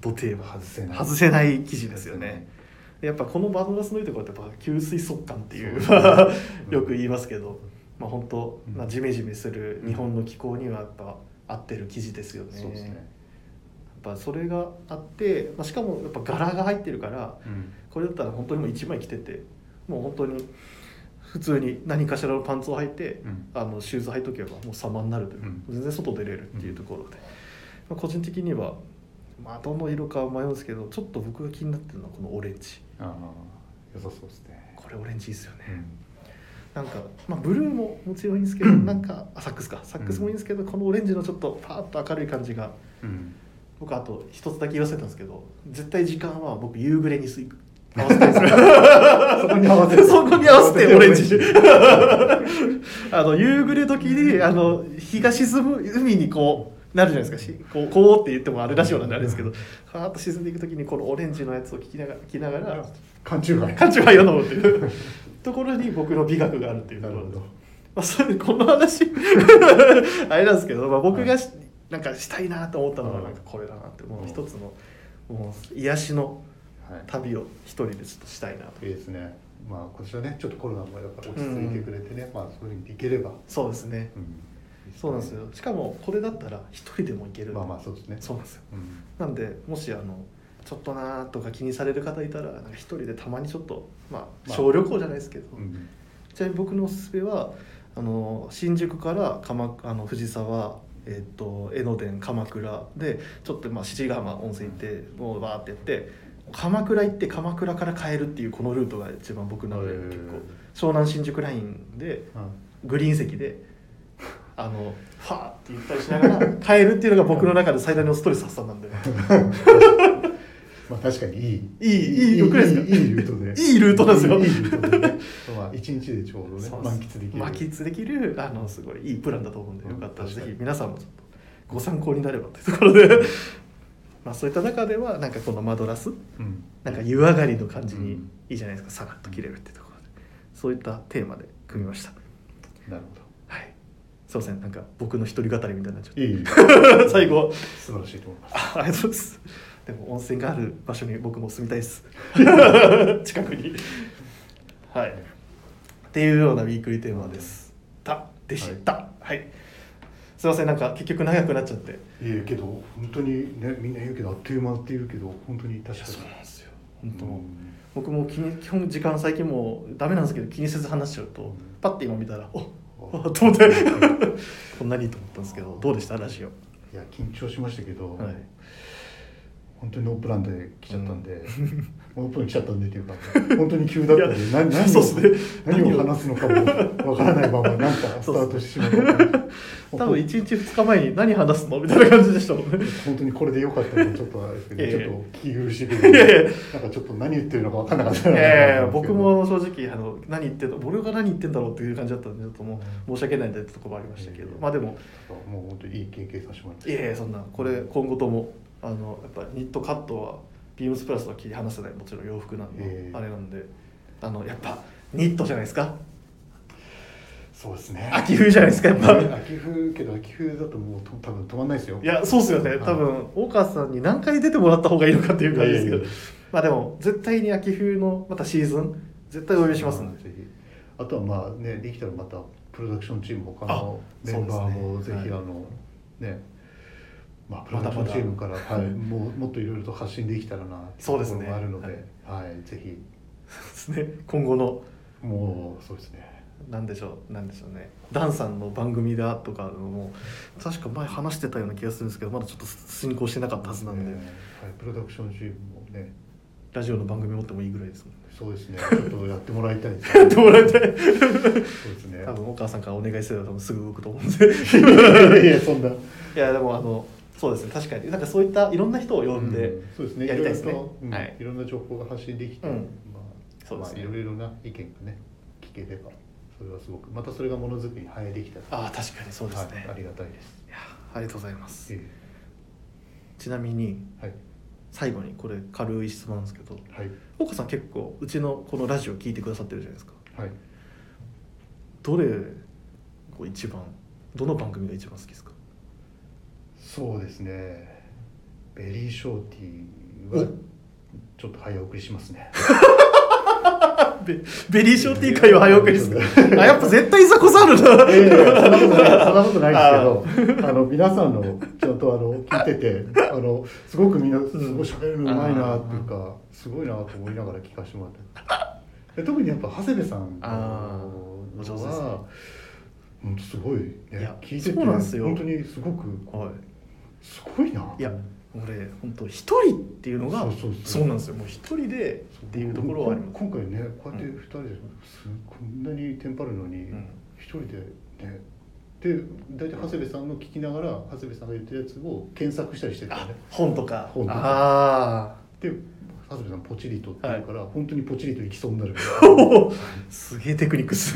A: 土定番
B: 外せない
A: 外せない生地ですよねやっぱこのバドラスのいいところってやっぱ吸水速乾っていう
B: そうでう
A: よ
B: ん
A: く言いますけど、まあ本当、
B: うん
A: まあ、ジメジメする日本の気候にはやっぱ合ってる生地ですよね
B: そうです
A: やっ
B: ね、
A: ぱそれがあって、まあ、しかもやっぱ柄が入ってるから
B: うん、
A: これだったら本当にもう1枚着ててもう本当に普通に何かしらのパンツを履いて、
B: うん
A: あのシューズ履いとけばもう様になるという、
B: うん
A: 全然外出れるっていうところで、まあ、個人的には、まあ、どの色か迷うんですけどちょっと僕が気になってるのはこのオレンジ
B: ああ良さそうですね、
A: これオレンジいいですよね、
B: うん
A: なんか、まあ、ブルーももちろんいいんですけどなんかあサックスかサックスもいいんですけど、このオレンジのちょっとパーッと明るい感じが
B: うん、
A: 僕あと一つだけ言わせたんですけど絶対時間は僕夕暮れにすい合わせたいです
B: そこに合わせて
A: そこに合わせてオレンジ
B: オレ
A: あの夕暮れ時にあの日が沈む海にこうなるじゃないですかしこうこうって言ってもあれらしいようなんであれですけどパーッと沈んでいく時にこのオレンジのやつを聞きながら聞きながら
B: 缶中杯
A: 勘違いを飲むっていうところに僕の美学があるっていうと
B: な
A: ころ
B: るほ
A: で
B: ど
A: まあ、それこの話 あれなんですけど、まあ、僕がし、なんかしたいなと思ったのが
B: うん
A: なんかこれだなっても
B: う
A: うん一つのもう癒しの
B: はい
A: 旅を一人でちょっとしたいなと
B: いいですね。まあ今年はねちょっとコロナもやっぱ落ち着いてくれてね、まあそういうふうにいければ、
A: そうですねそうなんですよしかもこれだったら一人でも行ける
B: まあまあそうですね。
A: そうなんですよ
B: うん。
A: なんでもしあのちょっとなーとか気にされる方いたらなんか一人でたまにちょっとまあ
B: まあ
A: 小旅行じゃないですけど、
B: うん。
A: ちなみに僕のおすすめはあの新宿から鎌あの藤沢、えっと江ノ電鎌倉でちょっとまあ七里ヶ浜温泉行ってもうバーってやって鎌倉行って鎌倉から帰るっていうこのルートが一番僕の中で結構湘南新宿ラインでグリーン席で。あのファーって言ったりしながら帰るっていうのが僕の中で最大のストレス発散なんで
B: まあ確かにいい。
A: いいいいよくないですか
B: いいいいルートで。
A: いいルートなんですよ
B: いいいいルートでね。まあ一日でちょうどね
A: そう
B: 満喫できる。
A: 満喫できるあのすごいいいプランだと思うんでよかったら
B: う
A: ぜ
B: ん確かに
A: ひ皆さんもちょっとご参考になればというところで まあそういった中ではなんかこのマドラス
B: うん。
A: なんか湯上がりの感じに
B: うん
A: いいじゃないですかさらっと切れるっていうところでそういったテーマで組みました
B: なる
A: はいすいませんなんか僕の独り語りみたいになっちゃっ
B: ほど。いい。
A: た 最後
B: 素晴らしいと思います。
A: あありがとうございますでも温泉がある場所に僕も住みたいです 近くにはいっていうようなウィークリーテーマですたでしたはい、すいませんなんか結局長くなっちゃって
B: いいけど本当にねみんな言うけどあっという間って言うけど本当に確かに。
A: すよ本当、
B: うん
A: 僕も気に基本時間最近もうダメなんですけど気にせず話しちゃうと、パッて今見たらおあと思って こんなにいいと思ったんですけどどうでした話を
B: いや緊張しましたけど。
A: はい
B: 本当にノープランで来ちゃったんで、ノープラン来ちゃったんでっていうか本当に急だったんで何何
A: そう
B: を
A: っすね
B: 何を話すのかもわからないままなんかスタートしてし まった
A: 多分1日2日前に何話すのみたいな感じでしたもんね
B: 本当にこれでよかったのかちょっとあれですけど、
A: いやいや
B: ちょっと聞き苦しいけ
A: いやい
B: ど
A: や
B: なんかちょっと何言ってるのかわかんなかったな
A: ええ僕も正直あの何言ってんの俺が何言ってんだろうっていう感じだったんでちょっともう申し訳ないんだってとこもありましたけど、
B: ええ
A: まあでも
B: もう本当にいい経験させてもらっ
A: い
B: て
A: えいえそんなこれ今後ともあのやっぱニットカットはビームスプラスとは切り離せないもちろん洋服なんで、
B: ええ
A: あれなんであのやっぱニットじゃないですか
B: そうですね
A: 秋冬じゃないですかやっぱ、
B: ね秋冬けど秋冬だともうと多分止まんないですよ
A: いやそうっすよね多分大川さんに何回出てもらった方がいいのかっていう感じですけど
B: いやいやいや
A: まあでも絶対に秋冬のまたシーズン絶対お呼びします んで、
B: ぜひあとはまあねできたらまたプロダクションチーム他の
A: あ
B: メンバーも
A: そ
B: ぜ
A: うですね
B: ひあ
A: は
B: の
A: い
B: ねまあプ
A: ま
B: ロ
A: だ
B: ダ
A: まだ
B: クションチームから、
A: は
B: はいい、もうもっといろいろと発信できたらなってい
A: そうですね
B: ところもあるので、はい、ぜひ
A: ですね今後の
B: もうそうですね
A: なんでしょうなんでしょうねダンさんの番組だとかのも確か前話してたような気がするんですけどまだちょっと進行してなかったはずなんで、
B: えーはい、プロダクションチームもね
A: ラジオの番組持ってもいいぐらいですもん
B: そ うですねちょっとやってもらいたいですね
A: やってもらいたい
B: そうですね
A: 多分お母さんからお願いすれば多分すぐ動くと思うんで
B: いやいやそんない
A: やでもあのそうですね確かになんかそういったいろんな人を呼んで、
B: うんそうですね
A: やりたいですね
B: いろいろとうん
A: はい
B: いろんな情報が発信できて、
A: うん
B: まあ
A: そうですね
B: まあいろいろな意見がね聞ければそれはすごくまたそれがものづくりに反映できたら
A: ああ確かにそうですね、
B: はい、あ
A: い、
B: りがたいです、
A: やありがとうございます
B: え
A: ちなみに
B: えはい
A: 最後にこれ軽い質問なんですけど
B: はい
A: 岡さん結構うちのこのラジオ聞いてくださってるじゃないですか
B: はい
A: どれを一番どの番組が一番好きですか
B: そうですねベリーショーティーは
A: お
B: ちょっと早送りしますね
A: ベベリーショーティー会は早送りですあやっぱ絶対いざこざある
B: いやいやいやそんなことないそんなこと
A: あ
B: ないですけどあの皆さんのちゃんとあの聞いててあのすごくみんなすごい喋るのうまいなっていうかすごいなと思いながら聞かせてもらってで特にやっぱ長谷部さんの
A: あーお上手ですね
B: はうんすごいね
A: いや
B: 聞いてて
A: そうなんですよ
B: 本当にすごく
A: なは
B: すごいない
A: いや俺本当一人っていうのが
B: そうそうそう
A: そうなんですよもう一人でっていうところはあります
B: 今回ねこうやって2人ですこんなにテンパるのに
A: うん
B: 一人でねで大体長谷部さんの聞きながら長谷部さんが言ってるやつを検索したりしてたよ
A: あ
B: ね
A: 本とか
B: 本とか
A: あ
B: で長谷部さんポチリとって言うから、本当にポチリといきそう になるけ
A: あ
B: ど
A: すげえテクニックっす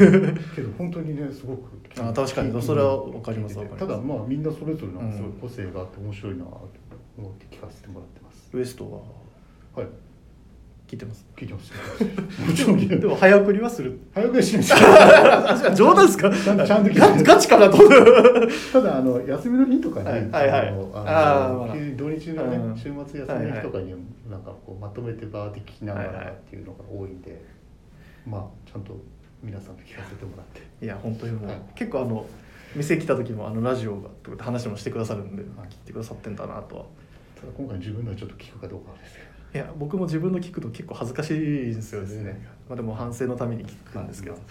B: けど本当にねすごく
A: あ確かにそれはわかります
B: 聞いて
A: わかります
B: てただまあみんなそれぞれなんかすご
A: うん
B: い個性があって面白いなと思って聞かせてもらってます、
A: ウエストは
B: はい
A: 聞いてます
B: 聞い てますもちろん聞いて
A: で
B: ます
A: も早送りはする
B: 早くしな い と
A: あ冗談ですか
B: ゃんとちゃんと聞いて
A: ガガチかなと思って
B: ただあの休みの日とかに、
A: はいはいはい
B: あの
A: あ
B: あの
A: ーまあ
B: 急に土日のね、
A: うん
B: 週末休みの日とかになんかこうまとめてバーって聞きなが
A: はいは
B: ら
A: い
B: っていうのが多いんで、まあちゃんと皆さんと聞かせてもらって、
A: いや本当にもう、
B: はい
A: 結構あの店来た時もあのラジオがとかって話もしてくださるんで、
B: はい
A: 聞いてくださってんだなとは
B: ただ今回自分のはちょっと聞くかどうかはですよ
A: いや僕も自分の聞くと結構恥ずかしいんですよね
B: そうですね
A: まあ、でも反省のために聞くんですけど、
B: はい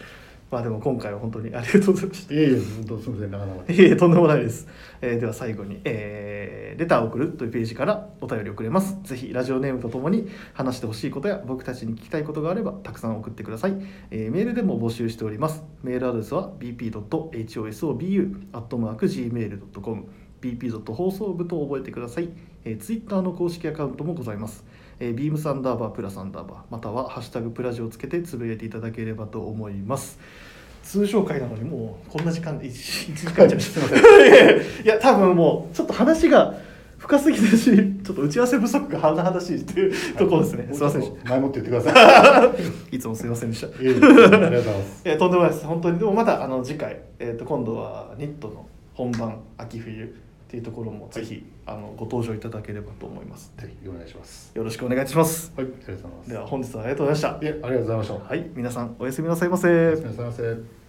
A: まあでも今回は本当にありがとうございました
B: いえいえ本当すみませんなかなか
A: いえいえとんでもないです、えーでは最後に、えーレターを送る」というページからお便りをくれますぜひラジオネームとともに話してほしいことや僕たちに聞きたいことがあればたくさん送ってください、えーメールでも募集しておりますメールアドレスは bp.hosobu.gmail.com bp. 放送部と覚えてください、えー、Twitter の公式アカウントもございます、えー、beams アンダーバープラスアンダーバーまたは「ハッシュタグプラジ」をつけてつぶやいていただければと思います通常会なのにもうこんな時間で 1, 時間じゃない
B: すいま
A: いやいやいや多分もうちょっと話が深すぎたしちょっと打ち合わせ不足が甚だしいっていうところですね、すいませんでし
B: 前もって言ってくださ
A: たいつもすいませんでした
B: いいえいえあり がとうございます
A: いやとんでもないです本当にでもまたあの次回、えー、と今度はニットの本番秋冬っていうところもぜひあのご登場いただければと思います
B: ぜひお願いします
A: よろしくお願いします
B: はいありがとうございます
A: では本日はありがとうございまし
B: いえありがとうございました
A: たはい皆さんおやすみなさいま
B: お
A: せ
B: やすみなさいませ